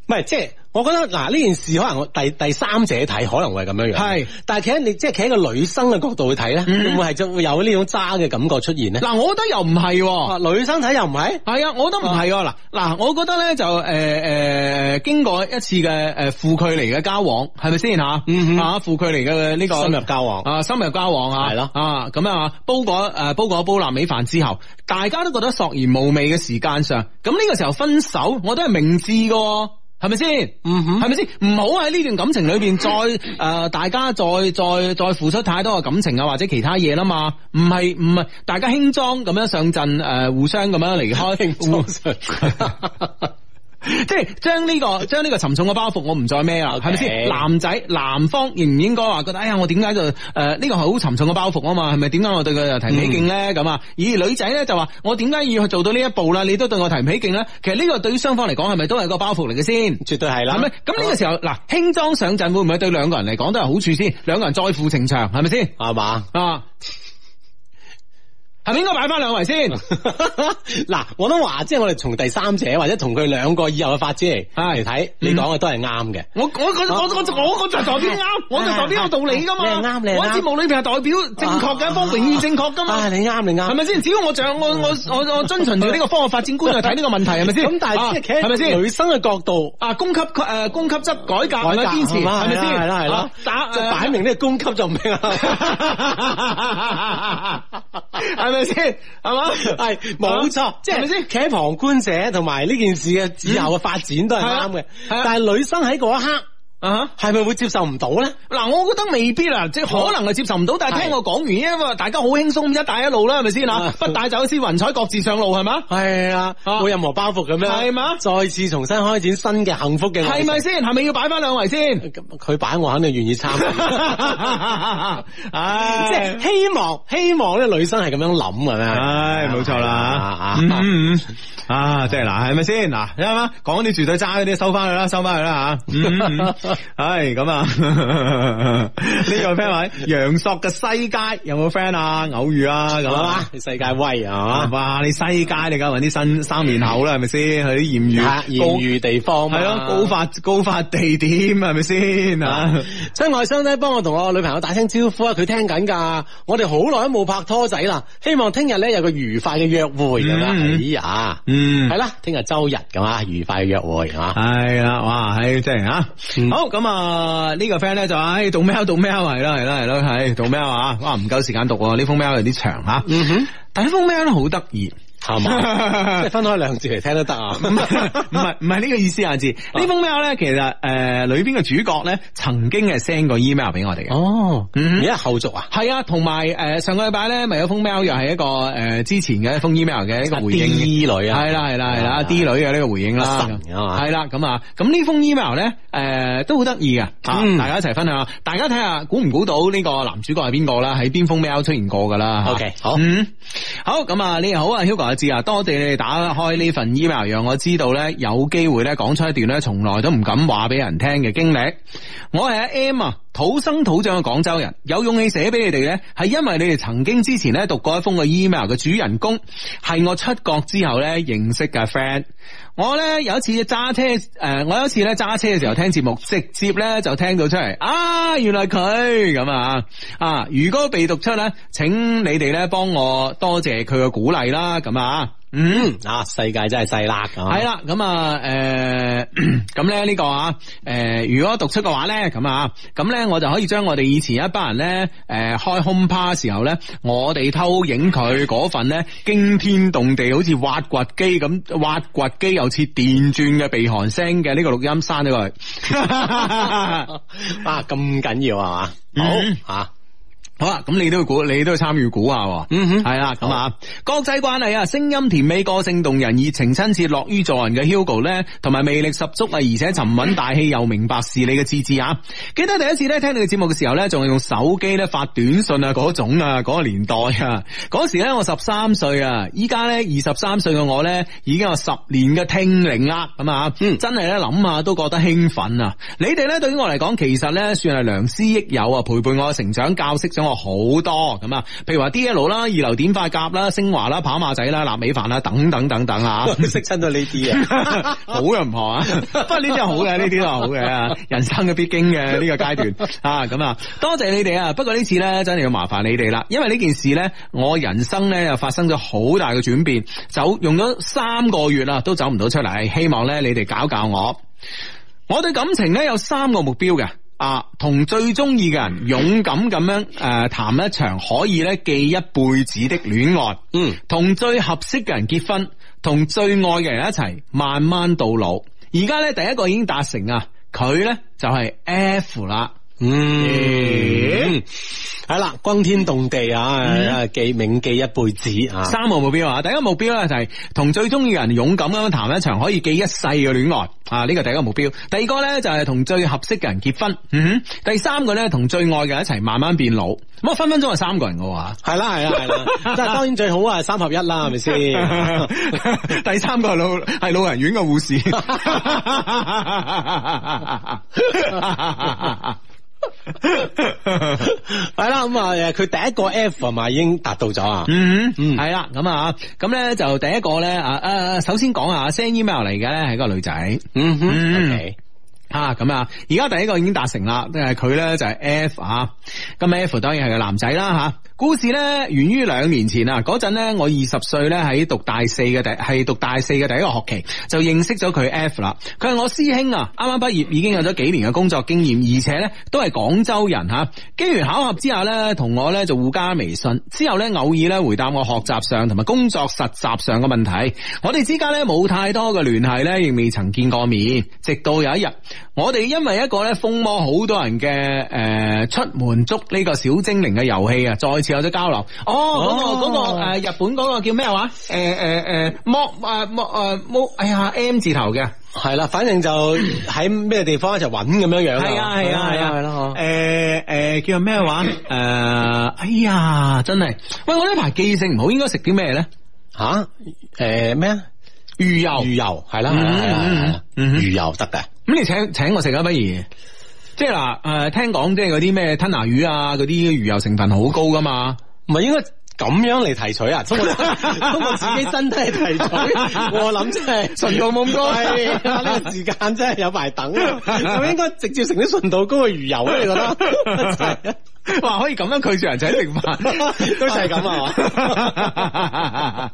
Speaker 3: 唔係，即係我覺得嗱呢件事可能我第第三者睇可能會係咁樣樣，
Speaker 1: 係
Speaker 3: 但係企喺你即係企喺個女生嘅角度去睇咧，會唔會係就會有呢種渣嘅感覺出現咧？
Speaker 1: 嗱，我覺得又唔係喎。
Speaker 3: 啊女生睇又唔係，
Speaker 1: 係啊，我覺得唔係喎。嗱嗱，我覺得咧就诶诶、呃经过一次嘅诶負距離嘅交往，係咪先吓？
Speaker 3: 嗯哼
Speaker 1: 啊，負距離嘅呢個
Speaker 3: 深入交往
Speaker 1: 啊，深入交往啊，
Speaker 3: 係咯
Speaker 1: 啊，咁啊，煲嗰诶煲嗰煲臘味飯之後，大家都覺得索然無味嘅時間上，咁呢個時候分手，我都係明智嘅喎，係咪先？
Speaker 3: 嗯哼
Speaker 1: 係咪先？唔好喺呢段感情裏边 再诶、呃大家再再再付出太多嘅感情啊，或者其他嘢啦嘛。唔係唔係，大家輕裝咁樣上陣，诶、互相咁樣離 開， 即係將呢個將呢個沉重嘅包袱，我唔再孭啦，
Speaker 3: OK
Speaker 1: 係咪先？男仔男方應唔應該話覺得，哎呀，我點解就诶呢個係好沉重嘅包袱啊嘛？係咪點解我對佢又提唔起勁
Speaker 3: 嗯
Speaker 1: 咧？咁啊、而女仔咧就話，我點解要去做到呢一步啦？你都對我提唔起勁咧？其實呢個對於雙方嚟講，係咪都係個包袱嚟嘅先？
Speaker 3: 絕對係啦
Speaker 1: 係咪。咁呢個時候嗱，輕裝上陣會唔會對兩個人嚟講都係好處先？兩個人再赴情場係咪先？
Speaker 3: 係嘛？
Speaker 1: 啊，係咪應該擺翻兩圍先？
Speaker 3: 嗱，我都話即係我哋從第三者或者從佢兩個以後嘅發展嚟
Speaker 1: 係
Speaker 3: 嚟睇，你講嘅都係啱嘅。
Speaker 1: 我我我我我我我就代表啱，我就代表有道理噶嘛。
Speaker 3: 你係啱你係啱
Speaker 1: 我喺節目裏邊係代表正確嘅一方，永遠正確噶
Speaker 3: 啊，
Speaker 1: 嘛。
Speaker 3: 你啱你啱，
Speaker 1: 係咪先？只要我像我我我我遵循住呢個科學發展觀去睇呢個問題，係咪先？
Speaker 3: 咁但係即係企
Speaker 1: 啊係咪
Speaker 3: 喺
Speaker 1: 先？
Speaker 3: 女生嘅角度。
Speaker 1: 啊，供給誒供給側改革
Speaker 3: 改
Speaker 1: 係
Speaker 3: 革
Speaker 1: 咪堅持係咪先？
Speaker 3: 係啦係啦
Speaker 1: 啊，打
Speaker 3: 就擺明呢個供給就 唔明啦。
Speaker 1: 係咪先？係嘛？啊
Speaker 3: 系冇錯，即
Speaker 1: 係咪
Speaker 3: 係
Speaker 1: 先
Speaker 3: 企喺旁觀者同埋呢件事嘅以後嘅發展都係啱
Speaker 1: 係
Speaker 3: 嘅
Speaker 1: 啊，係啊
Speaker 3: 但係女生喺嗰一刻
Speaker 1: 啊哈！
Speaker 3: 係咪會接受唔到咧？
Speaker 1: 嗱，我覺得未必啦，即係可能係接受唔到，但係聽我講完，因為大家好輕鬆，一帶一路啦，係咪先啊
Speaker 3: 啊？
Speaker 1: 不帶走先雲彩，各自上路係嘛？
Speaker 3: 係啊，
Speaker 1: 啊
Speaker 3: 冇任何包袱咁樣，
Speaker 1: 係嘛
Speaker 3: 再次重新開展新嘅幸福嘅
Speaker 1: 係
Speaker 3: 愛情
Speaker 1: 咪？先？係咪要擺翻兩圍 先？
Speaker 3: 咁佢擺我肯定願意 參與，即
Speaker 1: 唉
Speaker 3: 係希望希望咧女生係咁樣諗嘅咩？
Speaker 1: 唉，冇錯啦
Speaker 3: 啊，
Speaker 1: 嗯嗯嗯啊，即係嗱，係咪先嗱？啱啱講啲絕對渣嗰啲收翻去啦，收翻去啦吓。嗯嗯嗯唉，咁啊， 呢個 friend 話陽朔嘅西街有冇 friend 啊？偶遇啊，咁
Speaker 3: 係嘛
Speaker 1: 啊？，
Speaker 3: 世界威啊！
Speaker 1: 哇！你西街你梗係揾啲新三面口啦，係咪先？去啲
Speaker 3: 嚇
Speaker 1: 豔遇高
Speaker 3: 豔啊遇地方嘛
Speaker 1: 係咯，高發高發地點係咪先啊？
Speaker 3: 親愛相低，幫我同我女朋友打聲招呼啊！佢聽緊㗎，我哋好耐都冇拍拖仔啦，希望聽日咧有個愉快嘅約會咁啦。
Speaker 1: 嗯
Speaker 3: 哎呀，
Speaker 1: 嗯
Speaker 3: 係啦，聽日周日咁啊，愉快嘅約會 啊！
Speaker 1: 系啦，哎哇，系真系啊！
Speaker 3: 嗯
Speaker 1: 好咁啊，呢個 friend 咧就唉讀 mail 讀 mail 係啦係啦係啦係讀 mail 啊！哇，唔夠時間讀喎，呢封 mail 有啲長吓。
Speaker 3: 嗯哼，
Speaker 1: 但係呢封 mail 咧好得意，
Speaker 3: 係嘛？即係分開兩字嚟聽都得啊！
Speaker 1: 唔係唔係唔係呢個意思啊，字
Speaker 3: 哦
Speaker 1: 呢封 mail 咧，其實诶裏邊嘅主角咧，曾經係 send 過 email 俾我哋嘅。
Speaker 3: 哦，
Speaker 1: 嗯
Speaker 3: 而家係後續啊，
Speaker 1: 係啊，同埋诶上個禮拜咧，咪有封 mail 又係一個诶之前嘅一封 email 嘅一個回應。
Speaker 3: D 女啊，
Speaker 1: 係啦係啦係啦
Speaker 3: 啊
Speaker 1: ，D 女嘅呢個回應啦，
Speaker 3: 阿神啊嘛
Speaker 1: 係啦咁啊，咁呢封 email 咧，诶都好得意嘅，吓
Speaker 3: 嗯
Speaker 1: 大家一齊分享下，大家睇下估唔估到呢個男主角係邊個啦，喺邊封 mail 出現過噶啦嚇
Speaker 3: OK，好
Speaker 1: 嗯，好咁啊，你好啊，Hugo 阿志啊，多謝你哋打開呢份 email，讓我知道咧有機會咧講出一段咧從來都唔敢話俾人聽嘅經歷。我係阿 M 啊，土生土長嘅廣州人，有勇氣寫俾你哋咧，係因為你哋曾經之前咧讀過一封嘅 email 嘅主人公，係我出國之後咧認識嘅 friend。我咧有一次揸車，诶、我有一次咧揸車嘅時候聽節目，直接咧就聽到出嚟啊，原來佢咁啊啊！如果被讀出咧，請你哋咧幫我多謝佢嘅鼓勵啦，咁啊，嗯。
Speaker 3: 啊，世界真係細啦，
Speaker 1: 系
Speaker 3: 係
Speaker 1: 啦，咁啊，诶， 咁咧呢個啊，诶，如果讀出嘅話咧，咁啊，咁咧我就可以將我哋以前一班人咧，诶，开轰趴時候咧，我哋偷影佢嗰份咧驚天動地，好似挖掘機咁，挖掘機又似電鑽嘅鼻鼾聲嘅呢個錄音刪咗佢。
Speaker 3: 啊咁緊要啊
Speaker 1: 嗯
Speaker 3: 嘛，好啊，
Speaker 1: 好啦，咁你都要估，你都要參與估下喎。
Speaker 3: 嗯
Speaker 1: 系啦，咁啊，國際慣例啊，聲音甜美、個性動人、熱情親切、樂於助人嘅 Hugo 咧，同埋魅力十足啊，而且沉穩大氣又明白事理嘅志志啊，記得第一次咧聽你嘅節目嘅時候咧，仲係用手機咧發短信啊嗰種啊，嗰、個年代啊，嗰時咧我十三歲啊，依家咧二十三歲嘅我咧已經有十年嘅聽齡啦，咁啊，真係咧諗下都覺得興奮啊！你哋咧對於我嚟講，其實咧算係良師益友啊，陪伴我成長，教識咗我好多咁啊，譬如話 D L 啦、二流點化甲啦、升華啦、跑馬仔啦、臘味飯啦等等等等啊。
Speaker 3: 識親到呢啲啊。
Speaker 1: 好又唔學啊，不過呢啲係好嘅，呢啲都係好嘅，啊人生嘅必經嘅呢個階段啊，咁啊，多謝你哋啊，不過呢次呢，真係要麻煩你哋啦，因為呢件事呢，我人生呢又發生咗好大嘅轉變，走用咗三個月啦，都走唔到出嚟，希望呢，你哋搞搞我。我對感情咧有三個目標嘅。啊，同最中意嘅人勇敢咁樣诶談一場可以咧記一輩子的戀愛，
Speaker 3: 嗯，
Speaker 1: 同最合適嘅人結婚，同最愛嘅人一齊慢慢到老。而家咧第一個已經達成啊，佢咧就係 F 啦。
Speaker 3: 嗯，系啦，轟天動地啊，記銘記一輩子啊，。
Speaker 1: 三個目標啊，第一個目標咧就係同最中意嘅人勇敢咁樣談一場可以記一世嘅戀愛啊，呢個第一個目標。第二個咧就係同最合適嘅人結婚，嗯哼。第三個咧同最愛嘅人一齊慢慢變老，咁啊分分鐘係三個人嘅喎啊
Speaker 3: 係啦 係啦係啦，但係當然最好啊，三合一啦，係咪先？
Speaker 1: 第三個係老係老人院嘅護士。
Speaker 3: 係啦，咁啊，誒佢第一個 F 係咪已經達到咗啊？
Speaker 1: 嗯，
Speaker 3: 嗯
Speaker 1: 系啦，咁啊，咁咧就第一個咧啊啊，首先講下 send email 嚟嘅咧係一個女仔。
Speaker 3: 嗯哼
Speaker 1: 嗯
Speaker 3: ，OK，
Speaker 1: 啊，咁啊，而家第一個已經達成啦，誒佢咧就係 F 啊，咁 F 當然係個男仔啦吓。故事咧源於兩年前啊，嗰陣咧我二十歲咧喺讀大四嘅第係讀大四嘅第一個學期就認識咗佢 F 啦。佢係我師兄啊，啱啱畢業已經有咗幾年嘅工作經驗，而且咧都係廣州人吓。機緣巧合之下咧，同我咧就互加微信，之後咧偶爾咧回答我學習上同埋工作實習上嘅問題。我哋之間咧冇太多嘅聯繫咧，亦未曾見過面。直到有一日，我哋因為一個咧風魔好多人嘅诶、呃出門捉呢個小精靈嘅遊戲啊，再次有咗交流。哦，嗰、個嗰、個个呃日本嗰個叫咩話？诶诶诶，剝诶剝诶剝，哎呀 M 字頭嘅。
Speaker 3: 係啦，反正就喺咩地方一齊揾咁樣樣
Speaker 1: 係啊係啊係啊
Speaker 3: 係咯，
Speaker 1: 诶诶，叫咩話？ 诶、哎呀，真係，喂，我呢排記性唔好，應該食啲咩咧？
Speaker 3: 嚇誒咩啊？
Speaker 1: 魚油。
Speaker 3: 魚油係啦，
Speaker 1: 嗯
Speaker 3: 係啦係啦係啦
Speaker 1: 嗯嗯
Speaker 3: 魚油得嘅。
Speaker 1: 咁你請請我食啊，不如？即係嗱，诶、聽講即係嗰啲咩吞拿魚啊，嗰啲魚油成分好高噶嘛。
Speaker 3: 唔係應該咁樣嚟提取啊？通 過通過自己身體嚟提 取，我諗真係
Speaker 1: 純度冇咁高
Speaker 3: 係啊呢個時間真係有排等 啊！咁應該直接食啲純度高嘅魚油啊？你覺得？真 係
Speaker 1: 哇，可以咁樣拒絕人仔食飯，
Speaker 3: 都就係咁
Speaker 1: 啊！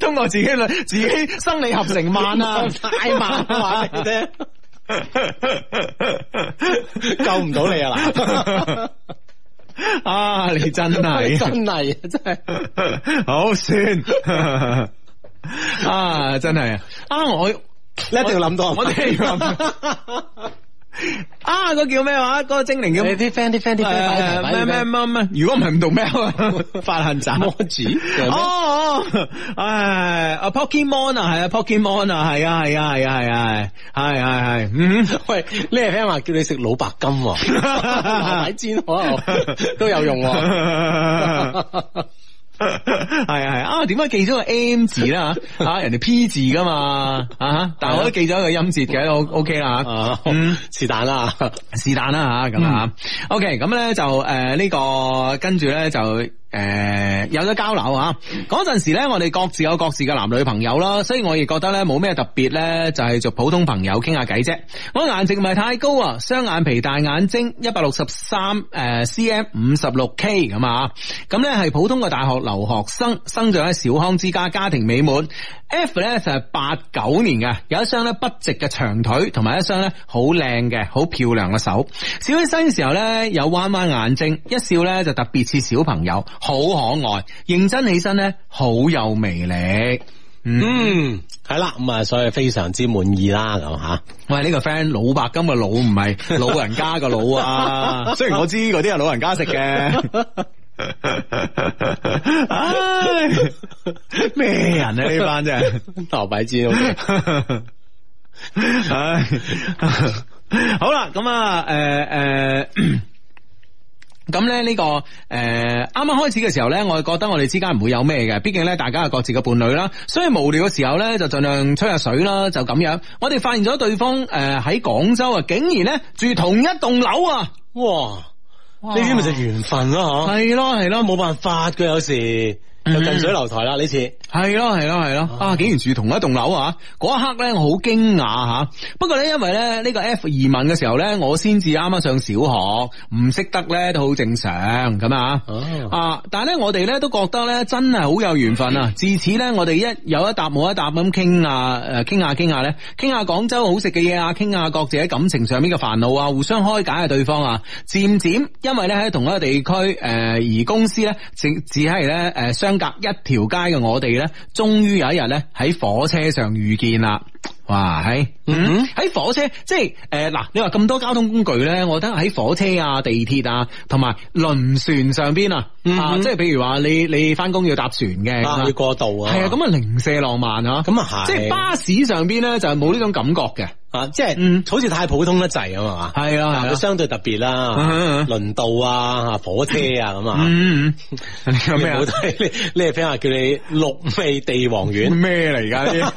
Speaker 1: 通過自己自己生理合成慢 啊，
Speaker 3: 太慢啦，話你啫， 救唔到你啊嗱！
Speaker 1: 啊，你真系
Speaker 3: 真系真 系，
Speaker 1: 好酸啊！真系啊，我
Speaker 3: 你一定要諗到
Speaker 1: 我哋要諗啊，嗰叫咩話？嗰個精靈叫
Speaker 3: 你啲 friend 啲 friend 啲 friend
Speaker 1: 誒咩咩咩咩？如果唔係唔讀 咩啊？發爛渣。
Speaker 3: emoji 定係咩
Speaker 1: 哦哦，唉，啊 Pokemon 啊，係啊 Pokemon 啊，係啊係啊係啊係啊係係係係，嗯。
Speaker 3: 喂，呢個 friend 話叫你食老白金喎，牛奶煎可能都有用 喎。
Speaker 1: 系啊系啊，点解記咗個 M 字啦吓？啊人哋 P 字噶嘛啊，但系我都記咗一個音節嘅，都 OK 啦吓。
Speaker 3: 啊
Speaker 1: 嗯，
Speaker 3: 是但啦，
Speaker 1: 是但啦吓，咁啊，OK，咁咧就诶呢個跟住咧就诶有咗交流吓，嗰陣時咧我哋各自有各自嘅男女朋友啦，所以我亦覺得咧冇咩特別咧，就係做普通朋友傾下偈啫。我顏值唔係太高啊，雙眼皮大眼睛，一百六十三诶 cm 五十六 K 咁啊，咁咧係普通嘅大學留學生，生長喺小康之家，家庭美滿。F 咧就係八九年嘅，有一雙咧不直嘅長腿，同埋一雙咧好靚嘅、好漂亮嘅手。笑起身嘅時候咧有彎彎眼睛，一笑咧就特別似小朋友，好可愛。認真起身咧好有魅力。
Speaker 3: 嗯，係啦，咁啊，所以非常之滿意啦，咁啊吓。
Speaker 1: 喂，呢、個 friend 老白金嘅老唔係老人家嘅老 啊，雖然我知嗰啲係老人家食嘅。唉，咩人啊呢班真 係。
Speaker 3: 牛奶煎 OK，
Speaker 1: 唉，好啦，咁啊，诶、诶。咁咧呢個誒啱啱開始嘅時候咧，我覺得我哋之間唔會有咩嘅，畢竟咧大家有各自嘅伴侶啦，所以無聊嘅時候咧就盡量吹下水啦，就咁樣。我哋發現咗對方誒喺、廣州啊，竟然咧住同一棟樓啊！
Speaker 3: 哇！呢啲咪就緣分咯，嗬。
Speaker 1: 哦係
Speaker 3: 啊
Speaker 1: 啊嗯咯係咯，
Speaker 3: 冇辦法嘅，有時就近水樓台啦呢次。
Speaker 1: 系咯系咯系咯，啊竟然住同一棟樓啊！嗰一刻咧，我好驚訝吓。不過咧，因為咧呢個 F 移民嘅時候咧，我先至啱啱上小學，唔識得咧都好正常咁啊。
Speaker 3: 哦
Speaker 1: 啊！但係咧，我哋咧都覺得咧真係好有緣分啊！自此咧，我哋一有一搭冇一搭咁傾啊，诶傾下傾下咧，傾下廣州好食嘅嘢啊，傾下各自喺感情上面嘅煩惱啊，互相開解下對方啊。漸漸，因為咧喺同一個地區诶、呃而公司咧只只係咧诶相隔一條街嘅我哋咧，終於有一日咧喺火車上遇見啦。哇，喺
Speaker 3: 嗯
Speaker 1: 喺火車，即係诶嗱，你話咁多交通工具咧，我覺得喺火車啊、地鐵啊，同埋輪船上邊啊，
Speaker 3: 嗯
Speaker 1: 啊，即係譬如話你你翻工要搭船嘅，
Speaker 3: 啊，要過渡啊。
Speaker 1: 係啊，咁啊零舍浪漫啊，
Speaker 3: 咁啊係
Speaker 1: 即係巴士上邊咧就冇呢種感覺嘅，
Speaker 3: 啊，即
Speaker 1: 嗯
Speaker 3: 係好似太普通得滯啊嘛。
Speaker 1: 係啊，
Speaker 3: 啊，佢
Speaker 1: 係啊，
Speaker 3: 相對特別啦
Speaker 1: 嗯嗯嗯，
Speaker 3: 輪渡啊，啊火車啊咁啊。
Speaker 1: 嗯， 嗯有咩啊
Speaker 3: 好？睇呢？呢 friend 話叫你六味地黃丸，
Speaker 1: 咩嚟噶？ 呢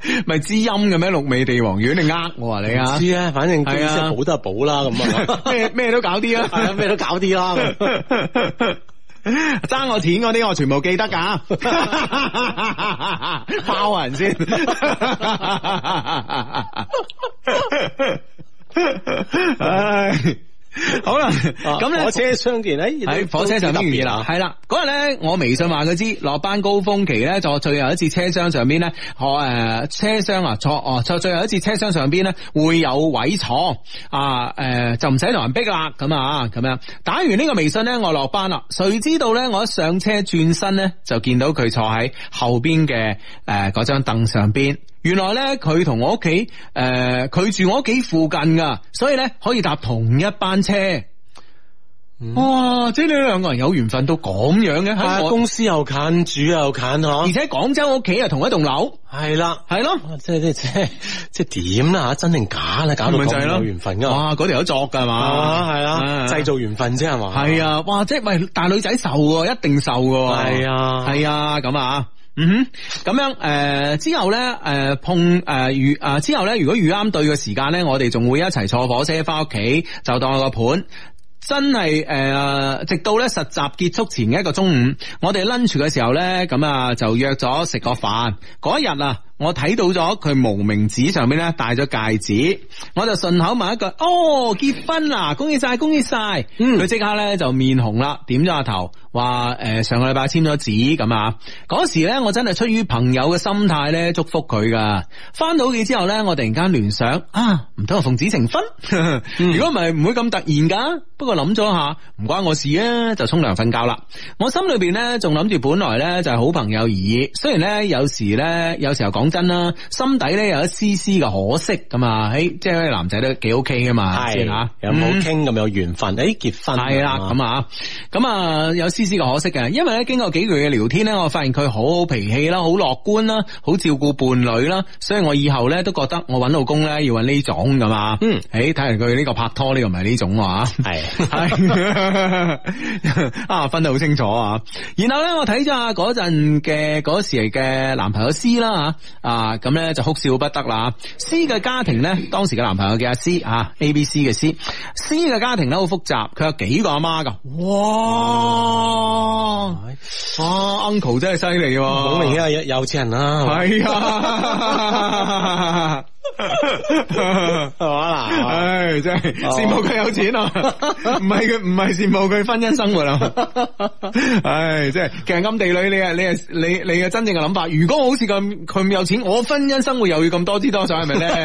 Speaker 1: 啲 咪知音嘅咩？六味地黃丸，你呃我啊你啊
Speaker 3: 唔？知啊，反正
Speaker 1: 係
Speaker 3: 即
Speaker 1: 啊
Speaker 3: 係補都係補啦， 咁啊，
Speaker 1: 咩咩都搞啲啊！
Speaker 3: 係啊，咩都搞啲啦。咁啊
Speaker 1: 争我钱嗰啲我全部记得噶，包人先。唉，好啦，
Speaker 3: 啊
Speaker 1: 咁咧
Speaker 3: 火車相見，哎
Speaker 1: 喺火車上面遇見啦，，係啊啦，嗰日咧，我微信話佢知，落班高峰期咧，坐最後一次車廂上邊咧，我誒、呃、車廂啊，坐哦坐最後一次車廂上邊咧，會有位坐啊誒、呃就唔使同人逼啦，咁啊咁樣。打完呢個微信咧，我落班啦，誰知道咧，我一上車轉身咧，就見到佢坐喺後邊嘅誒嗰張凳上邊。原來咧佢同我屋企誒，佢、住我屋企附近噶，所以咧可以搭同一班車。嗯哇！即系你两个人有缘分到咁样嘅，
Speaker 3: 啊
Speaker 1: 喺我
Speaker 3: 公啊司又近，住又近
Speaker 1: 而
Speaker 3: 嗬，
Speaker 1: 且广州屋企又同一栋樓，
Speaker 3: 係啦。
Speaker 1: 係咯，
Speaker 3: 啊即係即係即係點啦？真定假啦？搞到
Speaker 1: 咪
Speaker 3: 咁有緣分噶，
Speaker 1: 哇！嗰條有作㗎係嘛，
Speaker 3: 啊係啦，製造緣分啫係嘛？
Speaker 1: 系啊，哇！即係喂，大女仔瘦喎，一定瘦喎，
Speaker 3: 係啊
Speaker 1: 係啊，咁啊。嗯哼，咁樣誒、呃之後咧誒、呃碰誒遇啊之後咧，如果遇啱對嘅時間咧，我哋仲會一齊坐火車翻屋企，就當個盤。真係誒、呃直到咧實習結束前嘅一個中午，我哋 lunch 嘅時候咧，咁啊就約咗食個飯。嗰一日啊，我睇到咗佢無名指上邊咧戴咗戒指，我就順口問一句：哦，結婚啦！恭喜晒，恭喜晒！
Speaker 3: 嗯
Speaker 1: 佢即刻咧就面紅啦，點咗下頭，話誒、呃上個禮拜簽咗紙咁啊。嗰時咧我真係出於朋友嘅心態咧祝福佢噶。翻到屋企之後咧，我突然間聯想啊，唔通我奉子成婚？
Speaker 3: 嗯
Speaker 1: 如果唔係唔會咁突然噶。不過諗咗下，唔關我事啊，就沖涼瞓覺啦。我心裏邊咧仲諗住本來咧就係好朋友而已，雖然咧有時咧有時候講真啦，心底咧有一絲絲嘅可惜咁啊。誒，即係男仔都幾 OK 噶嘛，
Speaker 3: 系
Speaker 1: 先吓
Speaker 3: 有冇
Speaker 1: 嗯
Speaker 3: 傾咁有緣分？誒，結婚
Speaker 1: 系啦，咁啊，咁啊有絲絲嘅可惜嘅，因為咧經過幾個月嘅聊天咧，我發現佢好好脾氣啦，好樂觀啦，好照顧伴侶啦，所以我以後咧都覺得我揾老公咧要揾呢種咁啊。
Speaker 3: 嗯
Speaker 1: 誒睇嚟佢呢個拍拖呢個唔係呢種啊。
Speaker 3: 係
Speaker 1: 係 啊，分得好清楚啊！然後咧，我睇咗下嗰陣嘅嗰時嘅男朋友 C 啦吓，啊咁咧就哭笑不得啦。C 嘅家庭咧，當時嘅男朋友叫阿 C 啊，A B C 嘅 C，C 嘅家庭咧好複雜，佢有幾個阿媽噶。哇！啊，uncle 真係犀利喎，
Speaker 3: 好明顯係有啊有錢人啦，
Speaker 1: 係啊。
Speaker 3: 係嘛嗱？
Speaker 1: 唉，哎真係羨慕佢有錢啊！唔係佢，唔係羨慕佢婚姻生活啊！唉，真係其實暗地裏你係啊你係你你嘅真正嘅諗法。如果我好似咁佢咁有錢，我婚姻生活又要咁多姿多彩，係咪咧？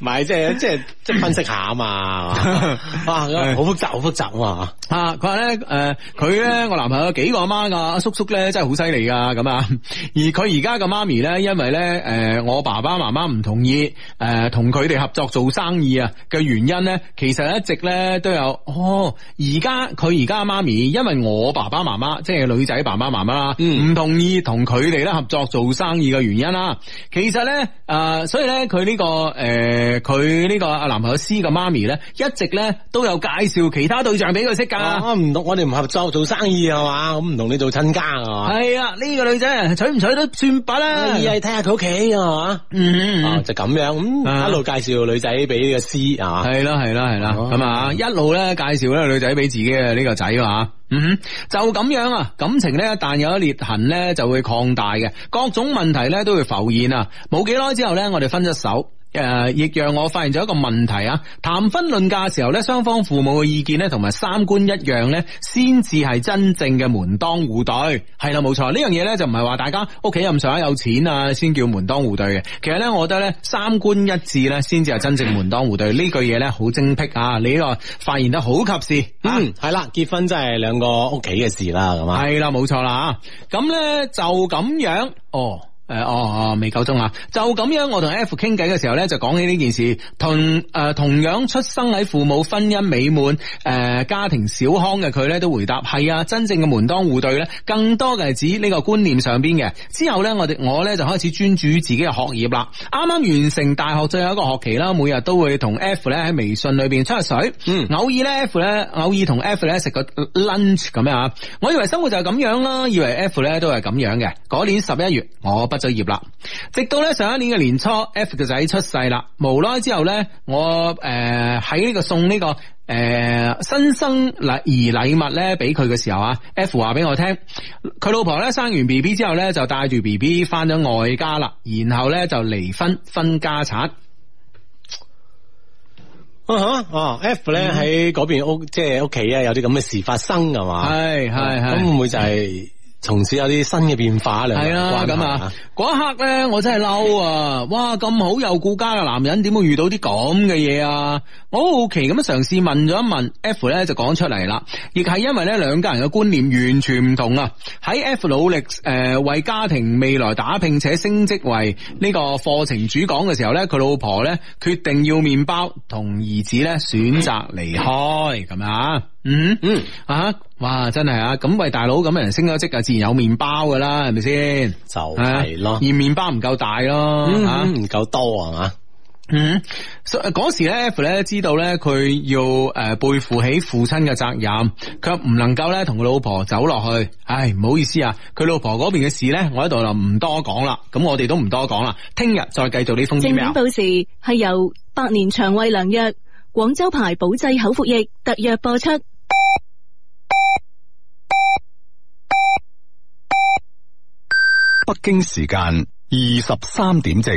Speaker 3: 唔係即係即係即係分析下啊嘛， 哇，咁好複雜好複雜啊嘛，
Speaker 1: 啊！佢話咧，誒、佢咧，我男朋友有幾個阿媽噶，阿叔叔咧真係好犀利噶，咁啊。 而佢而家嘅媽咪咧，因為咧，誒、我爸爸媽媽唔同意，誒同佢哋合作做生意啊嘅原因咧，其實一直咧都有。哦，而家佢而家媽咪，因為我爸爸媽媽即係女仔爸爸媽媽啦，唔、同意同佢哋咧合作做生意嘅原因啦。其實咧，誒、所以咧，佢呢、個誒，佢、呢個阿男朋友 C 嘅媽咪咧，一直咧都有介紹其他對象俾佢識噶。
Speaker 3: 啊唔同我哋唔合作做生意係嘛，咁唔同你做親家係嘛，
Speaker 1: 系啊，呢、個女仔娶唔娶都算把啦。
Speaker 3: 而係睇下佢屋企係嘛。
Speaker 1: 嗯
Speaker 3: 啊，就咁樣
Speaker 1: 啊
Speaker 3: 咁一路介紹女仔俾呢個 C 啊，
Speaker 1: 系啦系啦系啦，
Speaker 3: 哦
Speaker 1: 咁啊一路咧介紹呢個女仔俾自己嘅呢個仔嘛，嗯哼，就咁樣啊，感情咧一旦有一裂痕咧就會擴大嘅，各種問題咧都會浮現啊，冇幾耐之後咧我哋分咗手。誒、亦讓我發現咗一個問題啊！談婚論嫁嘅時候咧，雙方父母嘅意見咧，同埋三觀一樣咧，先至係真正嘅門當戶對。係啦，冇錯，呢樣嘢咧就唔係話大家屋企咁上下有錢啊，先叫門當戶對嘅。其實咧，我覺得咧，三觀一致咧，先至係真正門當戶對。呢句嘢咧好精辟啊！你呢個發現得好及時。啊
Speaker 3: 嗯，係啦，結婚真係兩個屋企嘅事啦，咁啊，
Speaker 1: 係啦，冇錯啦咁咧就咁樣，哦。誒哦哦，未夠鐘啊！就咁樣，我同 F 傾偈嘅時候咧，就講起呢件事，同誒、呃同樣出生喺父母婚姻美滿、誒、家庭小康嘅佢咧，都回答係啊，真正嘅門當戶對咧，更多嘅係指呢個觀念上邊嘅。之後咧，我哋我咧就開始專注於自己嘅學業啦。啱啱完成大學最後一個學期啦，每日都會同 F 咧喺微信裏邊吹下水，
Speaker 3: 嗯
Speaker 1: 偶爾咧 F 咧，偶爾同 F 咧食個 lunch 咁樣啊。我以為生活就係咁樣啦，以為 F 咧都係咁樣嘅。嗰年十一月我畢咗業啦，直到咧上一年嘅年初，F 嘅仔出世啦。無耐之後咧，我誒喺呢個送呢、個誒、呃新生禮兒禮物咧俾佢嘅時候啊，F 話俾我聽，佢老婆咧生完 B B 之後咧就帶住 B B 翻咗外家啦，然後咧就離婚分家產。
Speaker 3: 啊哈啊 F 咧
Speaker 1: 嗯
Speaker 3: 喺嗰邊屋，即係屋企啊，有啲咁嘅事發生係嘛，
Speaker 1: 係係係
Speaker 3: 啊咁會唔會就係從此有啲新嘅變化兩個
Speaker 1: 係
Speaker 3: 人
Speaker 1: 啦，
Speaker 3: 關係
Speaker 1: 咁啊，嗰一刻咧，我真係嬲啊！哇，咁好有顧家嘅男人，點會遇到啲咁嘅嘢啊？我好好奇咁樣嘗試問咗一問，F 咧就講出嚟啦，亦係因為咧兩家人嘅觀念完全唔同啊！喺 F 努力誒、呃、為家庭未來打拼且升職為呢個課程主講嘅時候咧，佢老婆咧決定要麵包，同兒子咧選擇離開咁啊，嗯
Speaker 3: 嗯
Speaker 1: 啊，哇，真係啊！咁喂，大佬咁嘅人升咗職啊，自然有麵包噶啦，係咪先？
Speaker 3: 就係
Speaker 1: 啊
Speaker 3: 咯
Speaker 1: 而，麵包唔夠大咯，
Speaker 3: 嗯
Speaker 1: 吓
Speaker 3: 唔夠多啊係嘛，
Speaker 1: 嗯，所以嗰時咧，F 咧知道咧，佢要诶背負起父親嘅責任，卻唔能夠咧同佢老婆走落去。唉，唔好意思啊，佢老婆嗰邊嘅事咧，我喺度就唔多講啦。咁我哋都唔多講啦，聽日再繼續呢封
Speaker 4: 正
Speaker 1: email
Speaker 4: 面。報時係由百年腸胃良藥、廣州牌保濟口服液特約播出。
Speaker 7: 北京時間
Speaker 3: 二十三点正。